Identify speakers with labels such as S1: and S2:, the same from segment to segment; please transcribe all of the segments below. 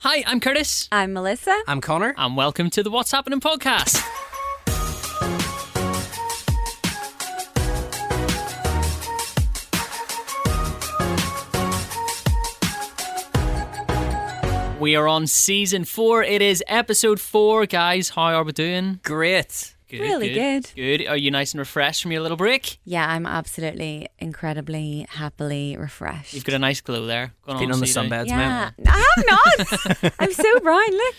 S1: Hi, I'm Curtis,
S2: I'm Melissa.
S3: I'm Connor.
S1: and welcome to the What's Happening podcast. We are on season four. It is episode four, guys. How are we doing?
S3: Great.
S1: Good,
S2: Really
S1: good. Are you nice and refreshed from your little break?
S2: Yeah, I'm absolutely incredibly happily refreshed.
S1: You've got a nice glow there. Going
S3: Been on the
S1: so you know.
S3: sunbeds,
S2: yeah,
S3: man.
S2: I have not. I'm so brown. Look,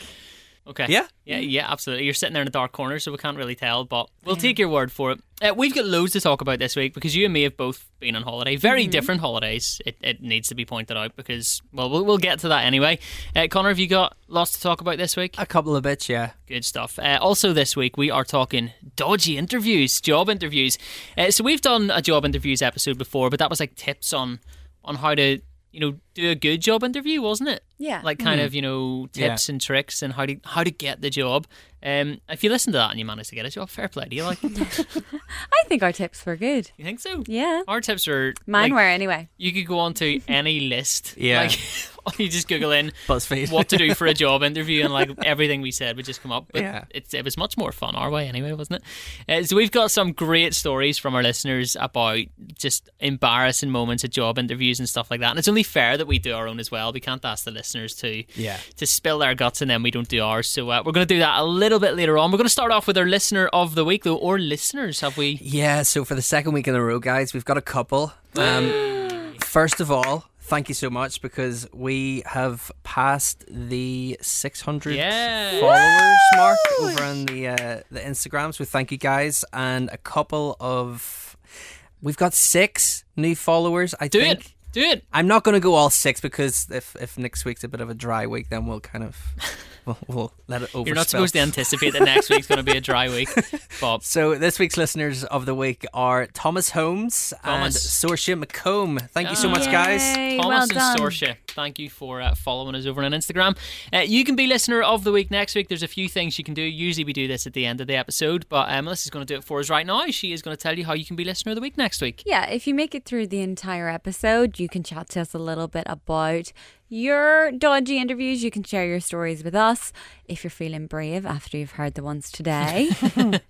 S1: Okay.
S3: Yeah.
S1: Yeah, yeah, absolutely. You're sitting there in a dark corner, so we can't really tell, but we'll take your word for it. Uh, we've got loads to talk about this week because you and me have both been on holiday. Very different holidays, it, it needs to be pointed out because, well, we'll, we'll get to that anyway. Uh, Connor, have you got lots to talk about this week?
S3: A couple of bits, yeah.
S1: Good stuff. Uh, also, this week we are talking dodgy interviews, job interviews. Uh, so we've done a job interviews episode before, but that was like tips on on how to you know do a good job interview, wasn't it?
S2: Yeah.
S1: Like kind of you know tips and tricks and how to how to get the job. Um, if you listen to that and you manage to get a job, fair play. Do you like? you
S2: I think our tips were good.
S1: think so?
S2: Yeah,
S1: Our tips are
S2: mine
S1: like,
S2: were anyway.
S1: You could go on to any list.
S3: Yeah.
S1: Like, you just Google in
S3: BuzzFeed.
S1: what to do for a job interview and like everything we said would just come up. But
S3: Yeah.
S1: it's, it was much more fun our way anyway, wasn't it? Uh, so we've got some great stories from our listeners about just embarrassing moments at job interviews and stuff like that. And it's only fair that we do our own as well. We can't ask the listeners to
S3: Yeah.
S1: to spill their guts and then we don't do ours. So uh, we're going to do that a little bit later on. We're going to start off with our listener of the week though, or listeners have we?
S3: Yeah, so for the second week in a row, guys, we've got a couple. Um, first of all, thank you so much because we have passed the 600
S1: Yeah.
S3: followers mark over on the uh, the Instagram. So thank you guys, and a couple of we've got six new followers. I
S1: Do
S3: think.
S1: it. Do it.
S3: I'm not going to go all six because if, if next week's a bit of a dry week, then we'll kind of we'll, we'll let it over.
S1: You're not supposed to anticipate that next week's going to be a dry week, Bob.
S3: So this week's listeners of the week are Thomas Holmes and
S1: Thomas.
S3: Saoirse McComb. Thank you so
S1: Ah.
S3: much, guys.
S2: Yay, well
S1: Thomas
S2: done.
S1: and Sorsha, thank you for uh, following us over on Instagram. Uh, you can be listener of the week next week. There's a few things you can do. Usually we do this at the end of the episode, but um, Melissa's going to do it for us right now. She is going to tell you how you can be listener of the week next week.
S2: Yeah, if you make it through the entire episode, you can chat to us a little bit about your dodgy interviews. You can share your stories with us if you're feeling brave after you've heard the ones today.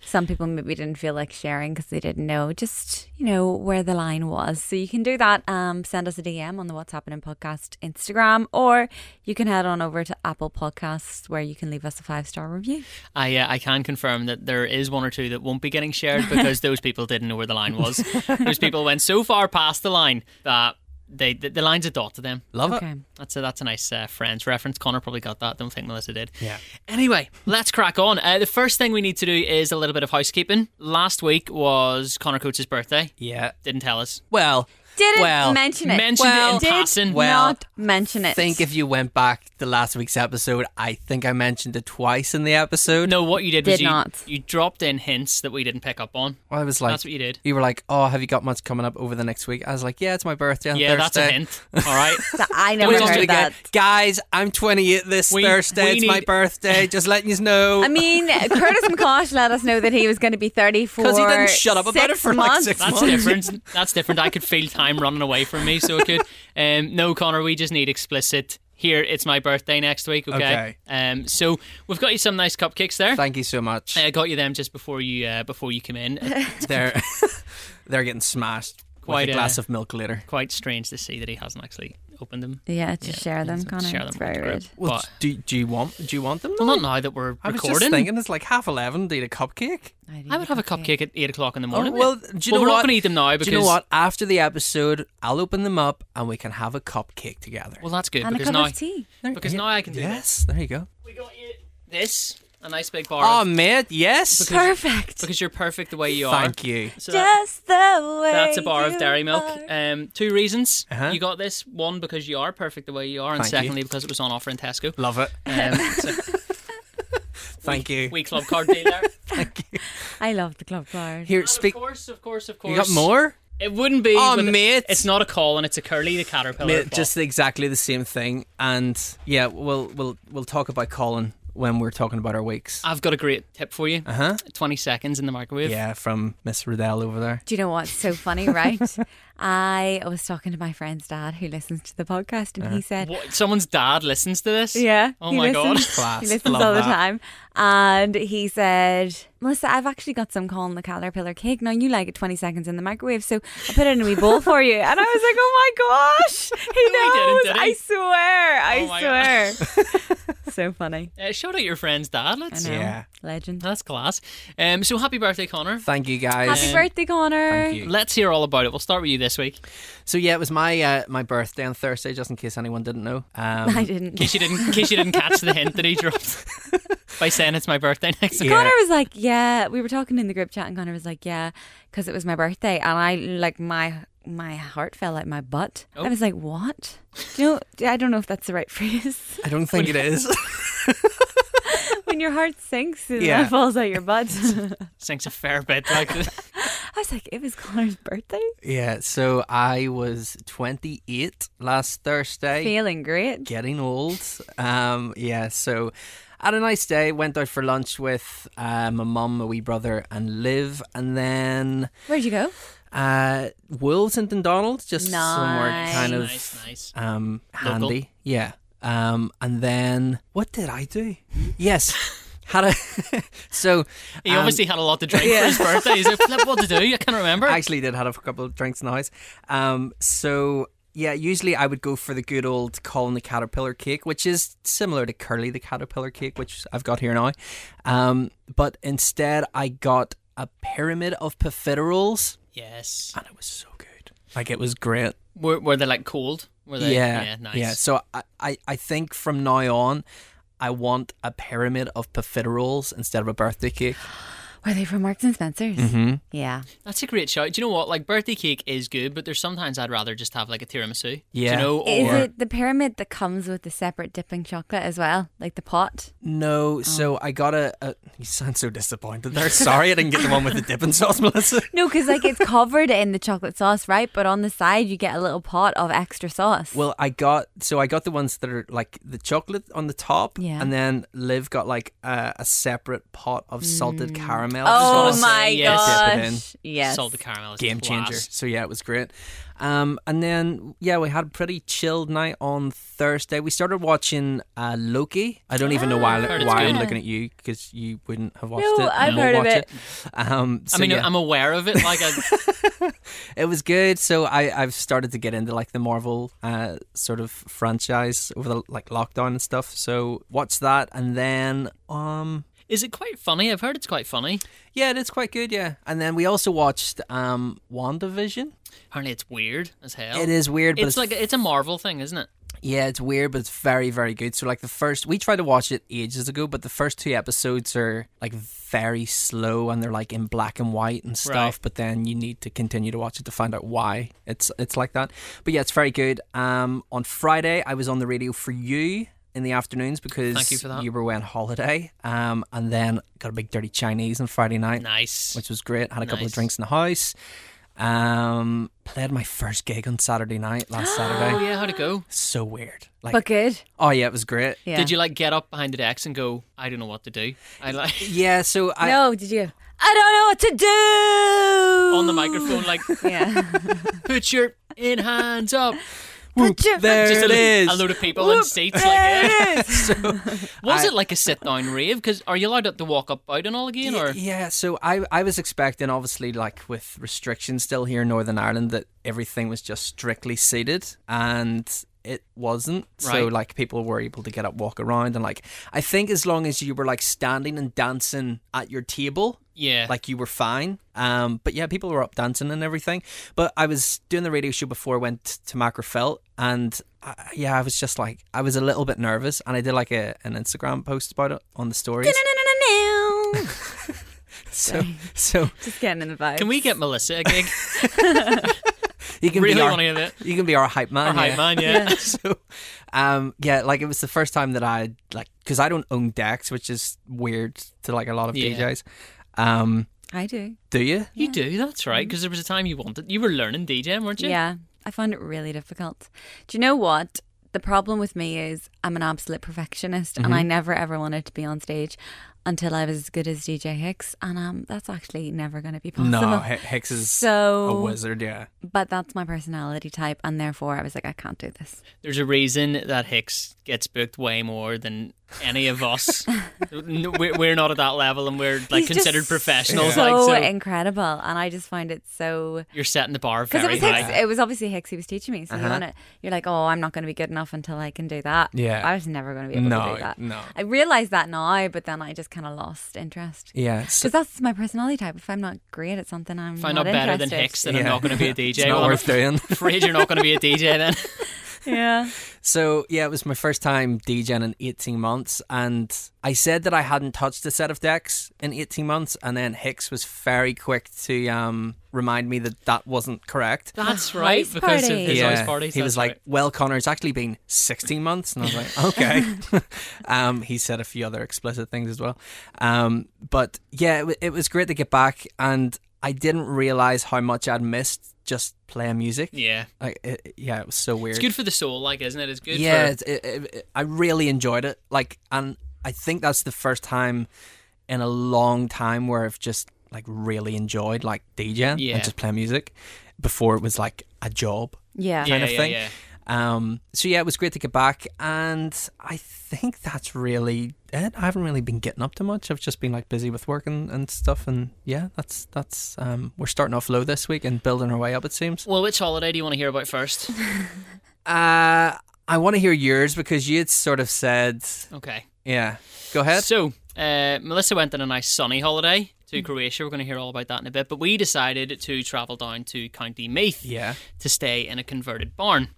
S2: Some people maybe didn't feel like sharing because they didn't know just, you know, where the line was. So you can do that. Um, send us a DM on the What's Happening Podcast Instagram, or you can head on over to Apple Podcasts where you can leave us a five star review.
S1: I uh, I can confirm that there is one or two that won't be getting shared because those people didn't know where the line was. those people went so far past the line that they the, the line's a dot to them.
S3: Love
S2: Okay.
S3: it.
S1: That's a that's a nice uh, Friends reference. Connor probably got that. Don't think Melissa did.
S3: Yeah.
S1: Anyway, let's crack on. Uh, the first thing we need to do is a little bit of housekeeping. Last week was Connor Coates' birthday.
S3: Yeah.
S1: Didn't tell us.
S3: Well,
S2: Didn't
S3: well,
S2: mention it.
S1: mentioned it in
S3: Well,
S1: Did passing.
S3: well,
S2: Not mention it.
S3: think if you went back to last week's episode, I think I mentioned it twice in the episode.
S1: No, what you did, was
S2: Did not.
S1: You, you dropped in hints that we didn't pick up on.
S3: I was like,
S1: That's what you did.
S3: You were like, oh, have you got much coming up over the next week? I was like, yeah, it's my birthday on
S1: Yeah, that's
S3: Thursday.
S1: a hint. All right.
S2: I
S3: We
S2: never
S1: Don't do
S3: lost it
S2: heard
S3: again.
S2: that.
S3: Guys, I'm 28 this
S1: We-
S3: Thursday.
S1: we
S3: it's my
S1: need-
S3: birthday. Just letting you know.
S2: I mean, Curtis McCosh let us know that he was going to be 34.
S3: he didn't shut up about
S2: six
S3: it for, like,
S2: months.
S3: six
S1: That's
S3: Come on.
S1: different. That's different. I could feel time running away from me, so I could. Um, no, Connor, we just need explicit. Here, it's my birthday next week. Okay.
S3: Okay.
S1: Um, so we've got you some nice cupcakes there.
S3: Thank you so much.
S1: Uh, I got you them just before you uh, before you came in.
S3: they're they're getting smashed.
S1: Quite,
S3: Quite with
S1: uh,
S3: a glass of milk later.
S1: Quite strange to see that he hasn't actually opened them.
S2: Yeah, just share them, Connor.
S1: Share
S2: it's
S1: them with
S2: very
S1: the
S2: rude.
S1: group.
S3: Well,
S1: But-
S3: do, do you want do you want them?
S1: well,
S3: though?
S1: not now that we're
S3: I was
S1: recording.
S3: just thinking it's like half eleven. Do you need a cupcake?
S1: I would have a cupcake at eight o'clock in the morning.
S3: Oh, well,
S1: mate.
S3: do you
S1: Well,
S3: know
S1: we're not
S3: what?
S1: going to eat them now because
S3: Do you know what? After the episode, I'll open them up and we can have a cupcake together.
S1: Well, that's good
S2: And a
S1: because
S2: cup
S1: now
S2: of tea.
S1: because now I can do this.
S3: yes, there you go.
S1: We got you this a nice big bar
S3: Oh,
S1: of,
S3: mate, yes.
S2: Perfect.
S1: because you're perfect the way you are.
S3: Thank you.
S1: So that-
S2: Just the way.
S1: that's a bar of
S2: you
S1: dairy milk.
S2: are.
S1: Um, two reasons
S3: Uh-huh.
S1: you got this: one because you are perfect the way you are, and
S3: Thank you.
S1: secondly because it was on offer in Tesco.
S3: Love it.
S1: Um, so
S3: Thank you.
S1: we club card dealer.
S2: I love the club bar.
S3: Here,
S1: And
S3: speak.
S1: Of course, of course, of course.
S3: You got more?
S1: It wouldn't be.
S3: Oh,
S1: with-
S3: mate.
S1: It's not a call, and it's a curly the caterpillar.
S3: Mate,
S1: ball.
S3: just exactly the same thing. And yeah, we'll we'll we'll talk about Colin when we're talking about our weeks.
S1: I've got a great tip for you.
S3: Uh huh.
S1: 20 seconds in the microwave.
S3: Yeah, from Miss Riddell over there.
S2: Do you know what's so funny, right? I was talking to my friend's dad who listens to the podcast, and he said,
S1: Uh, What, someone's dad listens to this?
S2: Yeah.
S1: Oh
S2: he
S1: my God.
S2: listens.
S3: Class.
S2: He listens
S3: Love
S2: all the
S3: that.
S2: time. And he said, Melissa, I've actually got some calling the caterpillar cake. Now, you like it 20 seconds in the microwave, so I put it in a wee bowl for you. And I was like, oh my gosh. He
S1: No, he
S2: knows.
S1: didn't, did he?
S2: I swear.
S1: Oh my
S2: I swear. so funny.
S1: Uh, shout out your friend's dad.
S2: I
S1: Let's.
S2: know.
S3: Yeah.
S2: Legend.
S1: That's class. Um, so happy birthday, Connor.
S3: Thank you guys.
S2: Happy birthday, Connor.
S3: Thank you.
S1: Let's hear all about it. We'll start with you this week.
S3: So yeah, it was my uh, my birthday on Thursday, just in case anyone didn't know. Um,
S2: I didn't.
S1: In case you didn't, in case you didn't catch the hint that he dropped by saying it's my birthday next week.
S3: Yeah.
S2: Connor was like, "Yeah." We were talking in the group chat, and Connor was like, "Yeah," because it was my birthday, and I like my my heart fell out my butt.
S3: Oh.
S2: I was like, "What?" Do you know, I don't know if that's the right phrase.
S3: I don't think it is.
S2: when your heart sinks and
S3: Yeah.
S2: that falls out your butt.
S1: Sinks a fair bit. Like this.
S2: I was like, "It was Connor's birthday."
S3: yeah. So I was 28 last Thursday.
S2: Feeling great.
S3: getting old. Um, yeah, so had a nice day. Went out for lunch with uh, my mum, my wee brother, and Liv, and then
S2: Where'd you go?
S3: uh, Wolves and Dundonald, just somewhere kind of
S1: nice, nice.
S3: um, handy.
S1: Local.
S3: Yeah. Um, and then what did I do? yes, had a so
S1: He
S3: um,
S1: obviously had a lot to drink for his birthday. He's like, "Flip, what to do? I can't remember.
S3: I actually did have a couple of drinks in the house. Um, so yeah, usually I would go for the good old Colin the Caterpillar cake, which is similar to Curly the Caterpillar cake, which I've got here now. Um, but instead, I got a pyramid of profiteroles,
S1: yes.
S3: and it was so good. Like it was great.
S1: Were, were they like cold? Were they?
S3: yeah,
S1: Yeah. Nice.
S3: yeah. So I, I, I think from now on. I want a pyramid of profiteroles instead of a birthday cake.
S2: Were they from Marks and Spencers?
S3: Mm-hmm.
S2: Yeah.
S1: That's a great shout. Do you know what? Like birthday cake is good, but there's sometimes I'd rather just have like a tiramisu. Do
S3: Yeah.
S1: you know?
S2: Is
S1: Or
S2: it the pyramid that comes with the separate dipping chocolate as well, like the pot?
S3: No, so I got a, a. You sound so disappointed there. Sorry, I didn't get the one with the dipping sauce, Melissa.
S2: No, because like it's covered in the chocolate sauce, right? But on the side, you get a little pot of extra sauce.
S3: Well, I got so I got the ones that are like the chocolate on the top,
S2: Yeah.
S3: and then Liv got like a, a separate pot of salted caramel.
S1: wanna
S2: oh
S1: say
S3: sauce.
S2: my
S1: yes.
S3: Dip it in.
S2: gosh! Yes,
S1: salted caramel is
S3: Game changer.
S1: class.
S3: So yeah, it was great. Um, and then yeah, we had a pretty chilled night on Thursday. We started watching uh, Loki. I don't even know why
S1: Ah, Heard it's
S3: why I'm
S1: good.
S3: looking at you because you wouldn't have watched
S2: No,
S3: it.
S2: I've
S3: We'll
S2: heard of
S3: watch
S2: it.
S3: Um, so,
S1: I mean,
S3: yeah.
S1: I'm aware of it. Like, I,
S3: It was good. So I I've started to get into like the Marvel uh, sort of franchise over the like lockdown and stuff. So watch that and then um
S1: is it quite funny? I've heard it's quite funny.
S3: yeah, it's quite good, yeah. And then we also watched um WandaVision.
S1: Apparently, it's weird as hell.
S3: It is weird, but
S1: Oh, It's like it's a Marvel thing, isn't it?
S3: yeah, it's weird, but it's very very good. So like the first we tried to watch it ages ago, but the first two episodes are like very slow and they're like in black and white and stuff,
S1: Right.
S3: but then you need to continue to watch it to find out why it's it's like that. But yeah, it's very good. Um on Friday I was on the radio for you in the afternoons because
S1: Thank you for that.
S3: were away on holiday. Um and then got a big dirty Chinese on Friday night
S1: Nice.
S3: which was great. Had a couple of
S1: Nice.
S3: drinks in the house. Um, played my first gig on Saturday night last
S1: oh
S3: Saturday.
S1: yeah, how'd it go?
S3: So weird. Like,
S2: but good.
S3: oh yeah, it was great.
S2: Yeah.
S1: Did you like get up behind the decks and go? I don't know what to do. I like
S3: Yeah, so I
S2: no, did you? I don't know what to do.
S1: on the microphone, like
S2: Yeah.
S1: put your in hands up.
S3: whoop,
S2: Put your-
S3: there
S1: Just a,
S3: it
S1: lo-
S3: is.
S1: a load of people in
S2: Whoop,
S1: seats. Like, eh.
S2: there it is.
S1: was
S3: I-
S1: it like a sit down rave? Because are you allowed to walk up out and all again, or
S3: Yeah, so I I was expecting obviously like with restrictions still here in Northern Ireland that everything was just strictly seated and it wasn't. So
S1: Right.
S3: like people were able to get up, walk around, and like I think as long as you were like standing and dancing at your table,
S1: yeah?
S3: like you were fine. Um, but yeah, people were up dancing and everything. But I was doing the radio show before I went to Macrofelt, and I, yeah, I was just like, I was a little bit nervous, and I did like a, an Instagram post about it on the stories. so, so
S2: Just getting in the vibe.
S1: can we get Melissa a gig?
S3: you can
S1: really
S3: be our,
S1: want to hear that?
S3: you can be our hype man.
S1: Or hype
S3: yeah.
S1: man, yeah.
S3: so, um, yeah, like it was the first time that I like because I don't own decks, which is weird to like a lot of
S1: Yeah.
S3: DJs. Um,
S2: I do.
S3: do you?
S1: You do, that's right. Because there was a time you wanted, you were learning DJing, weren't you?
S2: Yeah. I found it really difficult. Do you know what? the problem with me is I'm an absolute perfectionist and
S1: Mm-hmm.
S2: I never ever wanted to be on stage until I was as good as DJ Hicks. And um, that's actually never going to be possible.
S3: No, H- Hicks is
S2: So-
S3: a wizard. Yeah,
S2: But that's my personality type. And therefore, I was like, I can't do this.
S1: There's a reason that Hicks gets booked way more than any of us. N- we're, we're not at that level, and we're like
S2: He's just
S1: considered professionals.
S2: So
S1: like, so
S2: incredible. And I just find it so.
S1: you're setting the bar
S2: Because it
S1: very
S2: was
S1: high. Uh-huh.
S2: Hicks, it was obviously Hicks who was teaching me. So you want to, you're like, oh, I'm not going to be good enough until I can do that.
S3: Yeah.
S2: I was never going to be able to
S3: no,
S2: do that.
S3: no,
S2: I realized that now, but then I just kind of lost interest.
S3: yeah. So,
S2: Because that's my personality type. If I'm not great at something, I'm
S1: If I'm
S2: not
S1: not better than Hicks,
S2: interested.
S1: then I'm
S3: Yeah.
S1: not going to be a DJ.
S3: it's not
S1: Well, I'm
S3: worth doing.
S1: afraid you're not going to be a DJ then.
S2: yeah,
S3: So yeah, it was my first time DJing in 18 months, and I said that I hadn't touched a set of decks in 18 months, and then Hicks was very quick to um, remind me that that wasn't correct.
S1: That's right,
S2: house
S1: because of
S2: party.
S1: his
S3: yeah,
S1: house parties.
S3: he was
S1: that's
S3: like,
S1: right.
S3: "Well, Connor, it's actually been 16 months," and I was like, "Okay." um, he said a few other explicit things as well, um, but yeah, it, wa- it was great to get back, and I didn't realize how much I'd missed just playing music.
S1: yeah.
S3: Like, it, it- yeah, it was so weird
S1: It's good for the soul, like, isn't it? It's good
S3: yeah,
S1: for
S3: it's- it, it, it- I really enjoyed it. Like, and I think that's the first time in a long time where I've just like really enjoyed like DJing
S1: Yeah.
S3: and just playing music. Before it was like a job.
S2: yeah.
S1: yeah,
S3: kind of
S1: yeah,
S3: thing.
S1: Yeah.
S3: Um, so yeah, it was great to get back, and I think that's really it. I haven't really been getting up to much. I've just been like busy with work and, and stuff, and yeah, that's that's um, we're starting off low this week and building our way up. It seems.
S1: Well, which holiday do you want to hear about first?
S3: Uh, I want to hear yours because you had sort of said,
S1: Okay.
S3: yeah, go ahead.
S1: So, uh, Melissa went on a nice sunny holiday
S3: Mm.
S1: to Croatia. We're going to hear all about that in a bit. But we decided to travel down to County Meath
S3: Yeah.
S1: to stay in a converted barn.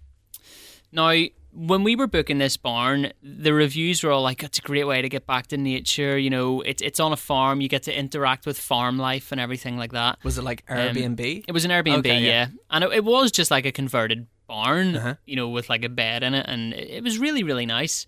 S1: Now, when we were booking this barn, the reviews were all like, it's a great way to get back to nature. You know, it's, it's on a farm, you get to interact with farm life and everything like that.
S3: Was it like Airbnb?
S1: Um, It was an Airbnb,
S3: Okay,
S1: yeah.
S3: yeah.
S1: and it, it was just like a converted barn,
S3: Uh-huh.
S1: you know, with like a bed in it, and it, it was really, really nice.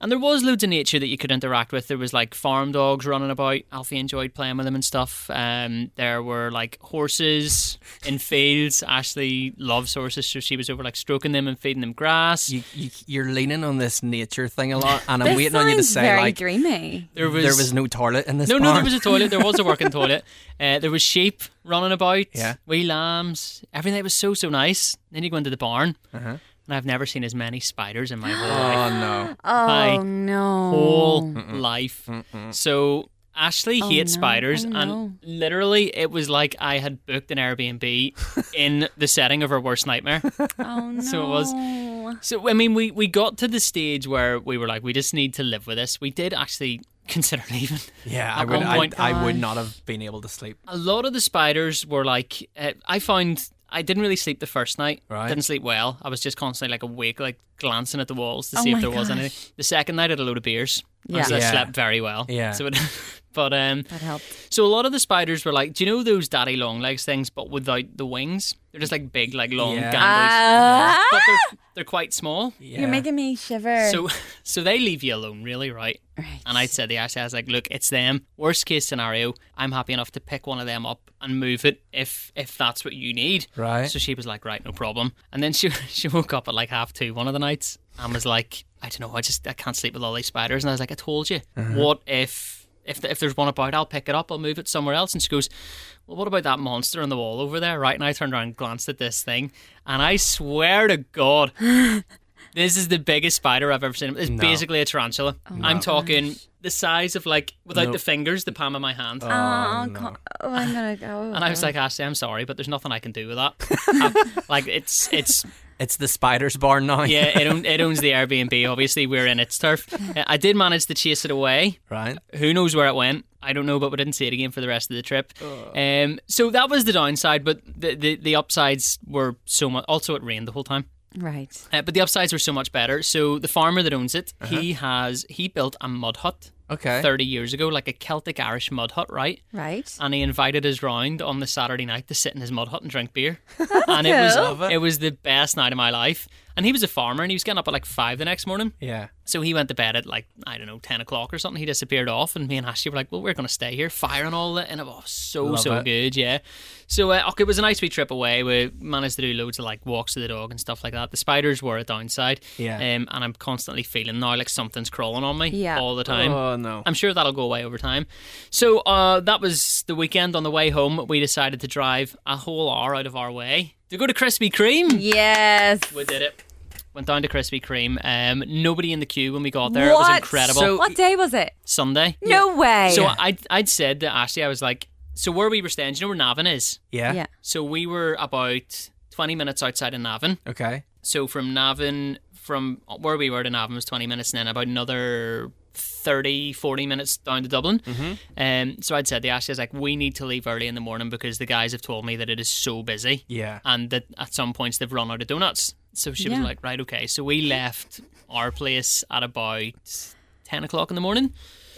S1: And there was loads of nature that you could interact with. There was like farm dogs running about. Alfie enjoyed playing with them and stuff. Um, there were like horses in fields. Ashley loves horses, so she was over like stroking them and feeding them grass.
S3: you, you, you're leaning on this nature thing a lot, and I'm
S2: This
S3: waiting on you to
S2: sounds
S3: say
S2: very
S3: like
S2: dreamy.
S1: there was
S3: there was no toilet in this.
S1: no, no, there
S3: barn.
S1: was a toilet. There was a working toilet. Uh, there was sheep running about.
S3: Yeah.
S1: Wee lambs. Everything was so so nice. Then you go into the barn,
S3: Uh-huh.
S1: and I've never seen as many spiders in my whole life.
S3: Oh no!
S2: Oh
S1: my
S3: Oh.
S2: no!
S1: Whole life. So. Ashley
S2: Oh,
S1: hates
S2: no.
S1: spiders,
S2: Oh, no.
S1: and literally, it was like I had booked an Airbnb in the setting of her worst nightmare.
S2: Oh no!
S1: So it was- So I mean, we we got to the stage where we were like, we just need to live with this. We did actually consider leaving.
S3: Yeah,
S1: At
S3: I would.
S1: one
S3: I,
S1: point- uh,
S3: I would not have been able to sleep.
S1: a lot of the spiders were like uh, I found I didn't really sleep the first night.
S3: Right.
S1: Didn't sleep well. I was just constantly like awake, like glancing at the walls to
S2: Oh
S1: see if
S2: my
S1: there was
S2: gosh.
S1: anything. The second night I had a load of beers.
S2: Yeah.
S1: So I
S3: Yeah.
S1: slept very well.
S3: Yeah.
S1: So it, but um
S2: That helped.
S1: so a lot of the spiders were like, Do you know those daddy long legs things but without the wings? They're just like big, like long
S3: Yeah.
S1: gamblers.
S2: Ah!
S1: But they're they're quite small.
S3: Yeah.
S2: You're making me shiver.
S1: So um, so they leave you alone, really, right?
S2: right.
S1: And I said the Ashley, I was like, look, it's them. Worst case scenario, I'm happy enough to pick one of them up and move it if if that's what you need.
S3: right.
S1: So she was like, right, no problem. And then she she woke up at like half two one of the nights and was like, I don't know, I just I can't sleep with all these spiders. And I was like, I told you,
S3: Uh-huh.
S1: what if if if there's one about, I'll pick it up, I'll move it somewhere else. And she goes, well, what about that monster on the wall over there? Right. And I turned around and glanced at this thing, and I swear to God. This is the biggest spider I've ever seen. It's
S3: No.
S1: basically a tarantula. I'm talking the size of like without
S3: No.
S1: the fingers, the palm of my hand.
S2: Oh, co- oh, I'm gonna go.
S1: um, And I was like, Ashley, I'm sorry, but there's nothing I can do with that. I- like it's it's
S3: It's the spider's barn now.
S1: yeah, it, own, it owns the Airbnb. Obviously, we're in its turf. Uh, I did manage to chase it away.
S3: Right.
S1: Who knows where it went? I don't know, but we didn't see it again for the rest of the trip. Um, so that was the downside, but the, the, the upsides were so much. Also, it rained the whole time.
S2: right.
S1: Uh, but the upsides were so much better. So the farmer that owns it, he has he built a mud hut
S3: Okay.
S1: 30 years ago, like a Celtic Irish mud hut, right?
S2: Right.
S1: and he invited us round on the Saturday night to sit in his mud hut and drink beer. and it was
S3: cool.
S1: it was the best night of my life. And he was a farmer and he was getting up at like five the next morning.
S3: Yeah.
S1: So he went to bed at like, I don't know, 10 o'clock or something. He disappeared off, and me and Ashley were like, well, we're going to stay here, fire and all that. And it was so,
S3: Love
S1: so
S3: it.
S1: good, yeah. So uh, okay, it was a nice wee trip away. We managed to do loads of like walks to the dog and stuff like that. The spiders were a downside.
S3: Yeah.
S1: Um, and I'm constantly feeling now like something's crawling on me
S2: Yeah.
S1: all the time.
S3: Oh no.
S1: I'm sure that'll go away over time. So uh, that was the weekend. On the way home, we decided to drive a whole hour out of our way to go to Krispy Kreme.
S2: Yes.
S1: We did it. Went down to Krispy Kreme. Um, nobody in the queue when we got there. It was
S2: What?
S1: incredible.
S3: So-
S2: What day was it?
S1: Sunday.
S2: No way.
S1: So uh, I'd, I'd said to Ashley, I was like, so where we were staying, do you know where Navan is?
S3: Yeah.
S2: yeah.
S1: So we were about 20 minutes outside of Navan.
S3: Okay.
S1: So from Navan, from where we were to Navan was 20 minutes, and then about another 30, 40 minutes down to Dublin. Mm-hmm. Um, so I'd said to Ashley, I was like, we need to leave early in the morning because the guys have told me that it is so busy
S3: Yeah.
S1: and that at some points they've run out of donuts. So she
S2: Yeah.
S1: was like, right, okay. So we left our place at about 10 o'clock in the morning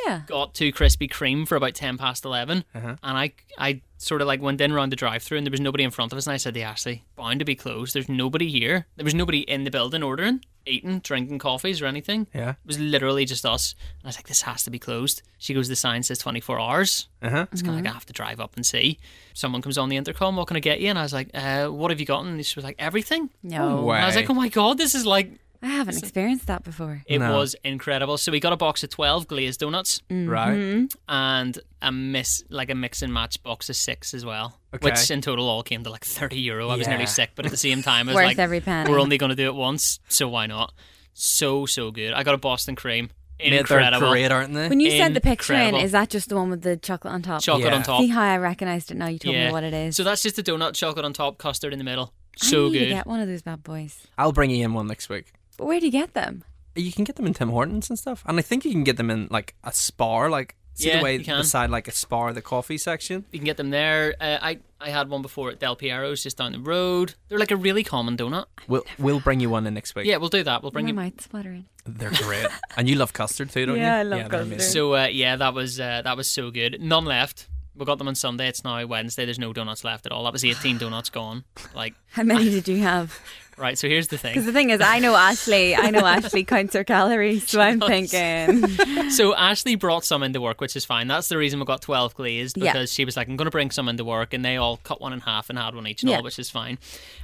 S2: Yeah.
S1: got to Krispy Kreme for about ten past 11
S3: Uh-huh.
S1: and I I sort of like went in around the drive-through, and there was nobody in front of us, and I said to Ashley, "Bound to be closed. There's nobody here. There was nobody in the building ordering, eating, drinking coffees or anything.
S3: Yeah.
S1: It was literally just us." And I was like, "This has to be closed." She goes, "The sign says 24 hours."
S3: Uh huh.
S1: It's kind of like I have to drive up and see. Someone comes on the intercom, "What can I get you?" And I was like, uh, "What have you gotten?" And she was like, "Everything."
S2: No.
S3: Wow.
S1: And I was
S3: Right.
S1: like, "Oh my god, this is like."
S2: I haven't experienced that before.
S1: It
S3: No.
S1: was incredible. So we got a box of 12 glazed donuts
S3: Right.
S1: and a miss like a mix and match box of six as well,
S3: Okay.
S1: which in total all came to like thirty euro. I was
S3: Yeah.
S1: nearly sick, but at the same time, I was
S2: Worth
S1: like,
S2: every penny.
S1: we're only going to do it once, so why not? So so good. I got a Boston cream,
S3: Mate, They're
S1: incredible,
S3: great, aren't they?
S2: When you said the picture in,
S1: Incredible.
S2: is that just the one with the chocolate on top?
S1: chocolate
S3: Yeah.
S1: on top.
S2: See how I recognized it now you told
S1: yeah,
S2: me what it is.
S1: So that's just a donut, chocolate on top, custard in the middle. So
S2: I need
S1: good.
S2: to get one of those bad boys.
S3: I'll bring you in one next week.
S2: But where do you get them?
S3: You can get them in Tim Hortons and stuff, and I think you can get them in like a spar, like see
S1: Yeah,
S3: the way
S1: you can.
S3: beside like a spar the coffee section.
S1: You can get them there. Uh, I I had one before at Del Piero's, just down the road. They're like a really common donut.
S3: We'll we'll bring you one in next week.
S1: Yeah, we'll do that. We'll bring
S2: My
S1: you
S2: mouth's watering.
S3: They're great, and you love custard too, don't
S2: Yeah, I
S3: you?
S2: love
S3: they're
S2: custard.
S3: amazing.
S1: So uh, yeah, that was uh, that was so good. None left. We got them on Sunday. It's now Wednesday. There's no donuts left at all. That was 18 donuts gone. Like
S2: How many did you have?
S1: right. So here's the
S2: Because
S1: thing.
S2: the thing is, I know Ashley. I know Ashley counts her calories, so I'm thinking.
S1: So Ashley brought some into work, which is fine. That's the reason we got 12 glazed
S2: Yeah.
S1: because she was like, I'm going to bring some into work, and they all cut one in half and had one each and
S2: Yeah.
S1: all, which is fine.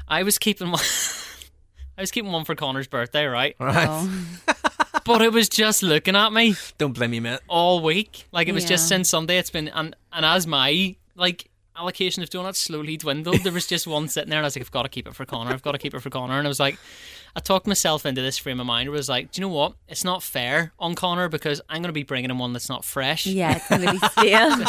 S1: I was keeping one. I was keeping one for Connor's birthday, right?
S3: Right.
S2: Oh,
S1: But it was just looking at me.
S3: Don't blame me, mate.
S1: all week. Like it was just
S2: Yeah.
S1: since Sunday. It's been and and as my like allocation of donuts slowly dwindled, there was just one sitting there, and I was like, I've got to keep it for Connor. I've got to keep it for Connor. And I was like, I talked myself into this frame of mind. Where I was like, do you know what? It's not fair on Connor because I'm going to be bringing him one that's not fresh.
S2: yeah, it's gonna be stale.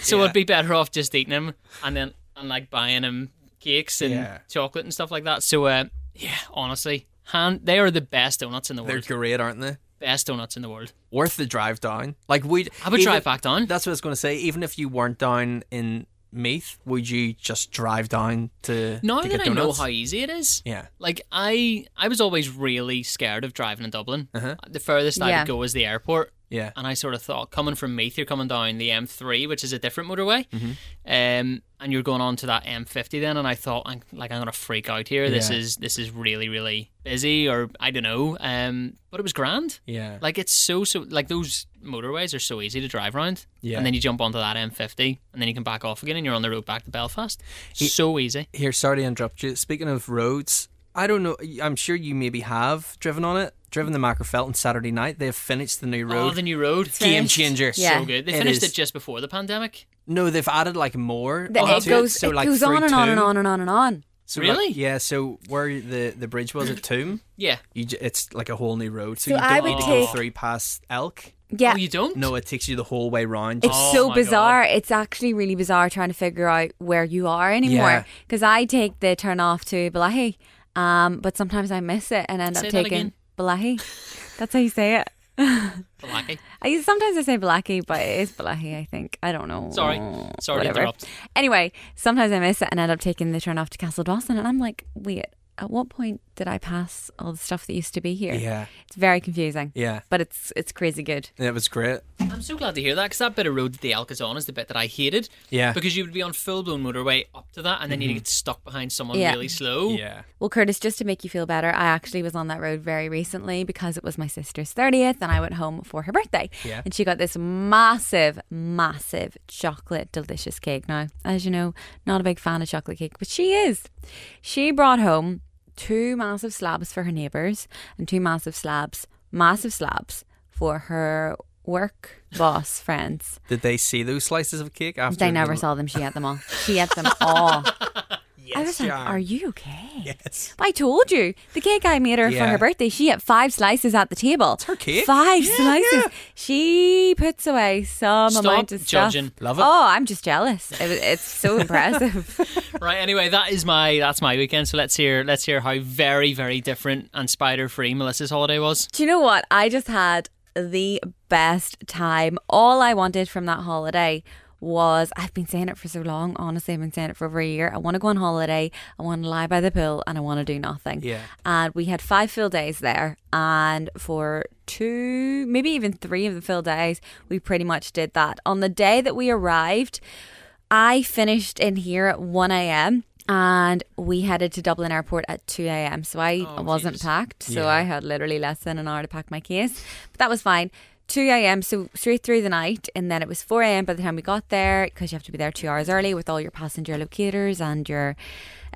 S1: So
S3: Yeah.
S1: I'd be better off just eating him and then and like buying him cakes and
S3: Yeah.
S1: chocolate and stuff like that. So uh, yeah, honestly. Hand, they are the best donuts in the
S3: They're
S1: world.
S3: great, aren't they?
S1: Best donuts in the world.
S3: Worth the drive down. Like we,
S1: I would drive back down.
S3: That's what I was going to say. Even if you weren't down in Meath, would you just drive down to?
S1: Now
S3: to
S1: that
S3: get
S1: I know
S3: donuts?
S1: how easy it is,
S3: Yeah.
S1: Like I, I was always really scared of driving in Dublin.
S3: Uh-huh.
S1: The furthest I
S2: Yeah.
S1: would go was the airport,
S3: Yeah.
S1: and I sort of thought coming from Meath, you're coming down the M3, which is a different motorway,
S3: Mm-hmm.
S1: um, and you're going on to that M50 then. And I thought, I'm, like, I'm gonna freak out here. This
S3: Yeah.
S1: is this is really really busy, or I don't know. Um, but it was grand.
S3: Yeah.
S1: Like it's so so like those motorways are so easy to drive around.
S3: Yeah.
S1: And then you jump onto that M50, and then you can back off again, and you're on the road back to Belfast. so easy.
S3: Here, sorry to interrupt you. Speaking of roads, I don't know. I'm sure you maybe have driven on it. Driven the Macrofelton Saturday night. They have finished the new
S1: Oh,
S3: road.
S1: the new road.
S3: Game changer.
S2: Yeah.
S1: so good. They
S3: It
S1: finished
S3: is.
S1: it just before the pandemic.
S3: No, they've added like more.
S1: Oh,
S2: The- it
S3: onto
S2: goes,
S3: so
S2: it
S3: like
S2: goes
S3: through
S2: on and on and
S3: Tuam.
S2: on and on and on.
S3: So, like,
S1: Really?
S3: yeah. So where the the bridge was at Tomb,
S1: Yeah.
S3: you j- it's like a whole new road. So,
S2: So
S3: you don't
S2: I
S3: need
S1: would
S3: to go
S1: take-
S3: through past Elk.
S2: Yeah,
S1: Oh, you don't?
S3: No, it takes you the whole way round.
S2: It's
S1: Oh
S2: so
S1: my
S2: bizarre. It's actually really bizarre trying to figure out where you are
S3: Yeah.
S2: anymore. Because I take the turn off to Balahi, um, but sometimes I miss it and end
S1: Say
S2: up
S1: that
S2: taking
S1: again.
S2: Balahi. That's how you say it.
S1: Blackie.
S2: I sometimes I say Blackie, but it is Blahi. I think I don't know.
S1: Sorry. Sorry to interrupt.
S2: Anyway, sometimes I miss it and end up taking the turn off to Castle Dawson, and I'm like, wait, at what point did I pass all the stuff that used to be here?
S3: Yeah.
S2: It's very confusing,
S3: Yeah.
S2: but it's it's crazy good.
S3: It was great.
S1: I'm so glad to hear that because that bit of road to the Alcazon is the bit that I hated.
S3: Yeah. Mm-hmm.
S1: Because you would be on full blown motorway up to that and then you'd get stuck behind someone
S2: Yeah.
S1: really slow.
S3: Yeah.
S2: Well, Curtis, just to make you feel better, I actually was on that road very recently because it was my sister's 30th and I went home for her birthday.
S3: Yeah.
S2: And she got this massive, massive chocolate delicious cake. Now, as you know, not a big fan of chocolate cake, but she is. She brought home two massive slabs for her neighbours and two massive slabs, massive slabs for her work boss friends.
S3: Did they see those slices of cake after?
S2: They never
S3: the-
S2: saw them. She ate them all. She ate them all. I was like,
S3: Sharon.
S2: "Are you okay?"
S3: Yes.
S2: I told you the cake I made her for
S3: Yeah.
S2: her birthday. She ate five slices at the table. It's
S3: her cake.
S2: Five
S3: Yeah,
S2: slices.
S3: yeah.
S2: She puts away some
S1: Stop
S2: amount of stuff.
S1: judging.
S3: Love it.
S2: Oh, I'm just jealous. It, was- it's so impressive.
S1: Right. Anyway, that is my that's my weekend. So let's hear let's hear how very very different and spider free Melissa's holiday was.
S2: Do you know what? I just had the best time. All I wanted from that holiday was I've been saying it for so long. Honestly, I've been saying it for over a year. I want to go on holiday. I want to lie by the pool and I want to do nothing.
S3: Yeah.
S2: And we had five full days there. And for two, maybe even three of the full days, we pretty much did that. On the day that we arrived, I finished in here at 1 a.m. and we headed to Dublin Airport at 2 a.m. So I wasn't packed. So I had literally less than an hour to pack my case. But that was fine. 2 a.m. So straight through the night. And then it was 4 a.m. by the time we got there because you have to be there two hours early with all your passenger locators and your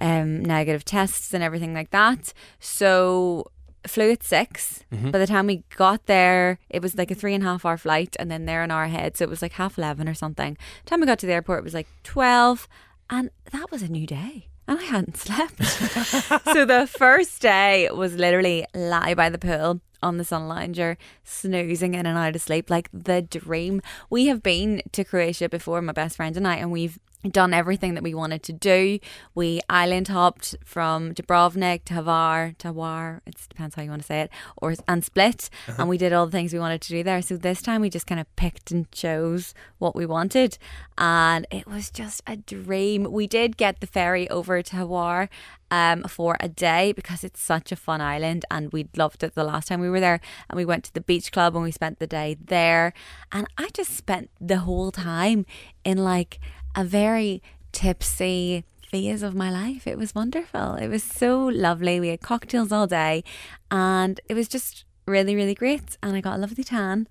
S2: um, negative tests and everything like that. So flew at 6 By the time we got there, it was like a three and a half hour flight, and then they're an hour ahead, so it was like half eleven or something. time we got to the airport, it was like twelve, and that was a new day. And I hadn't slept. so the first day was literally lie by the pool on the sun lounger, snoozing in and out of sleep like the dream. We have been to Croatia before, my best friend and I, and we've done everything that we wanted to do. We island hopped from Dubrovnik to Hvar, to Hvar, it depends how you want to say it, or and Split, and we did all the things we wanted to do there. So this time we just kind of picked and chose what we wanted, and it was just a dream. We did get the ferry over to Hvar um, for a day because it's such a fun island and we loved it the last time we were there. And we went to the beach club and we spent the day there. And I just spent the whole time in like a very tipsy phase of my life. It was wonderful. It was so lovely. We had cocktails all day and it was just really, really great. And I got a lovely tan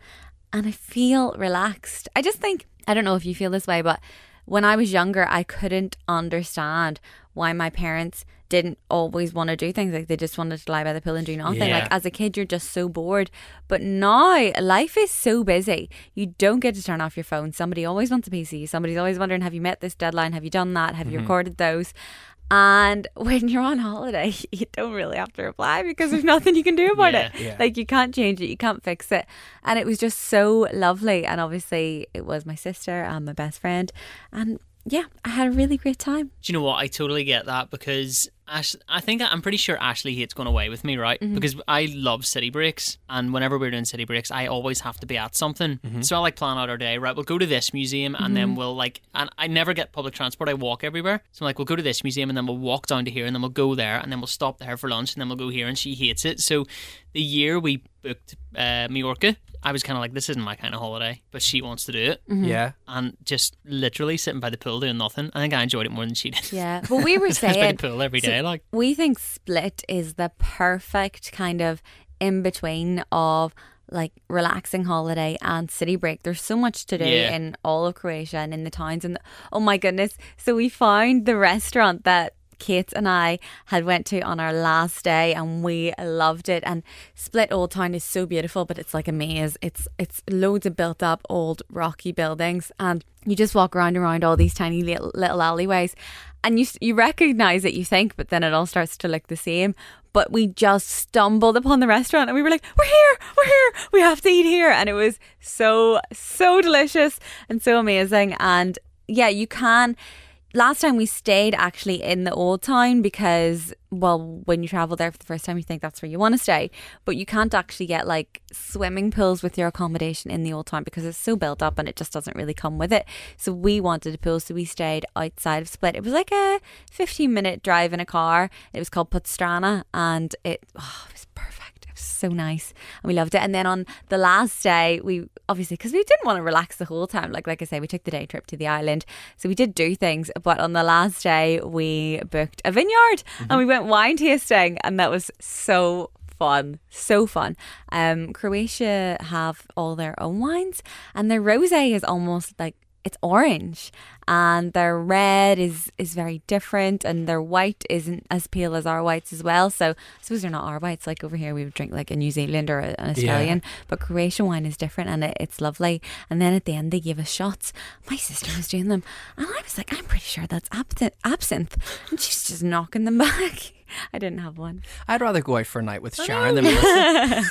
S2: and I feel relaxed. I just think, I don't know if you feel this way, but when I was younger, I couldn't understand why my parents didn't always want to do things. Like they just wanted to lie by the pool and do nothing.
S1: Yeah.
S2: Like as a kid, you're just so bored. But now life is so busy. You don't get to turn off your phone. Somebody always wants a PC. Somebody's always wondering, have you met this deadline? Have you done that? Have you
S1: Mm-hmm.
S2: recorded those? And when you're on holiday, you don't really have to reply because there's nothing you can do about
S1: Yeah.
S2: it.
S3: Yeah.
S2: Like you can't change it, you can't fix it. And it was just so lovely. And obviously, it was my sister and my best friend. And yeah, I had a really great time.
S1: Do you know what? I totally get that because Ash- I think I'm pretty sure Ashley hates going away with me, right? Because I love city breaks, and whenever we're doing city breaks, I always have to be at something. So I like plan out our day. Right, we'll go to this museum, and then we'll like, and I never get public transport. I walk everywhere, so I'm like, we'll go to this museum, and then we'll walk down to here, and then we'll go there, and then we'll stop there for lunch, and then we'll go here. And she hates it. So the year we booked uh, Majorca, I was kind of like, this isn't my kind of holiday, but she wants to do it.
S3: Yeah.
S1: And just literally sitting by the pool doing nothing. I think I enjoyed it more than she did.
S2: Yeah. Well, we were
S1: It's been
S2: saying
S1: pool every
S2: So-
S1: day, like
S2: we think split is the perfect kind of in between of like relaxing holiday and city break. There's so much to do
S1: Yeah.
S2: in all of Croatia and in the towns and the, oh my goodness. So we found the restaurant that Kate and I had went to on our last day and we loved it and Split Old Town is so beautiful but it's like a maze. It's it's loads of built up old rocky buildings and you just walk around around all these tiny little, little alleyways and you s- you recognize it you think but then it all starts to look the same but we just stumbled upon the restaurant and we were like we're here we're here we have to eat here and it was so so delicious and so amazing and yeah you can last time we stayed actually in the old town because, well, when you travel there for the first time, you think that's where you want to stay, but you can't actually get like swimming pools with your accommodation in the old town because it's so built up and it just doesn't really come with it. So we wanted a pool, so we stayed outside of Split. It was like a 15 minute drive in a car. It was called Putstrana and it, oh, it was perfect. It was so nice and we loved it. And then on the last day, we obviously because we didn't want to relax the whole time. Like like I say, we took the day trip to the island, so we did do things. But on the last day, we booked a vineyard and we went wine tasting, and that was so fun, so fun. Um, Croatia have all their own wines, and their rosé is almost like it's orange and their red is is very different and their white isn't as pale as our whites as well so i suppose they're not our whites like over here we would drink like a new zealander or an australian but croatian wine is different and it, it's lovely and then at the end they give us shots my sister was doing them and i was like i'm pretty sure that's absinthe, absinthe. and she's just knocking them back i didn't have one
S3: I'd rather go out for a night with Sharon than Melissa.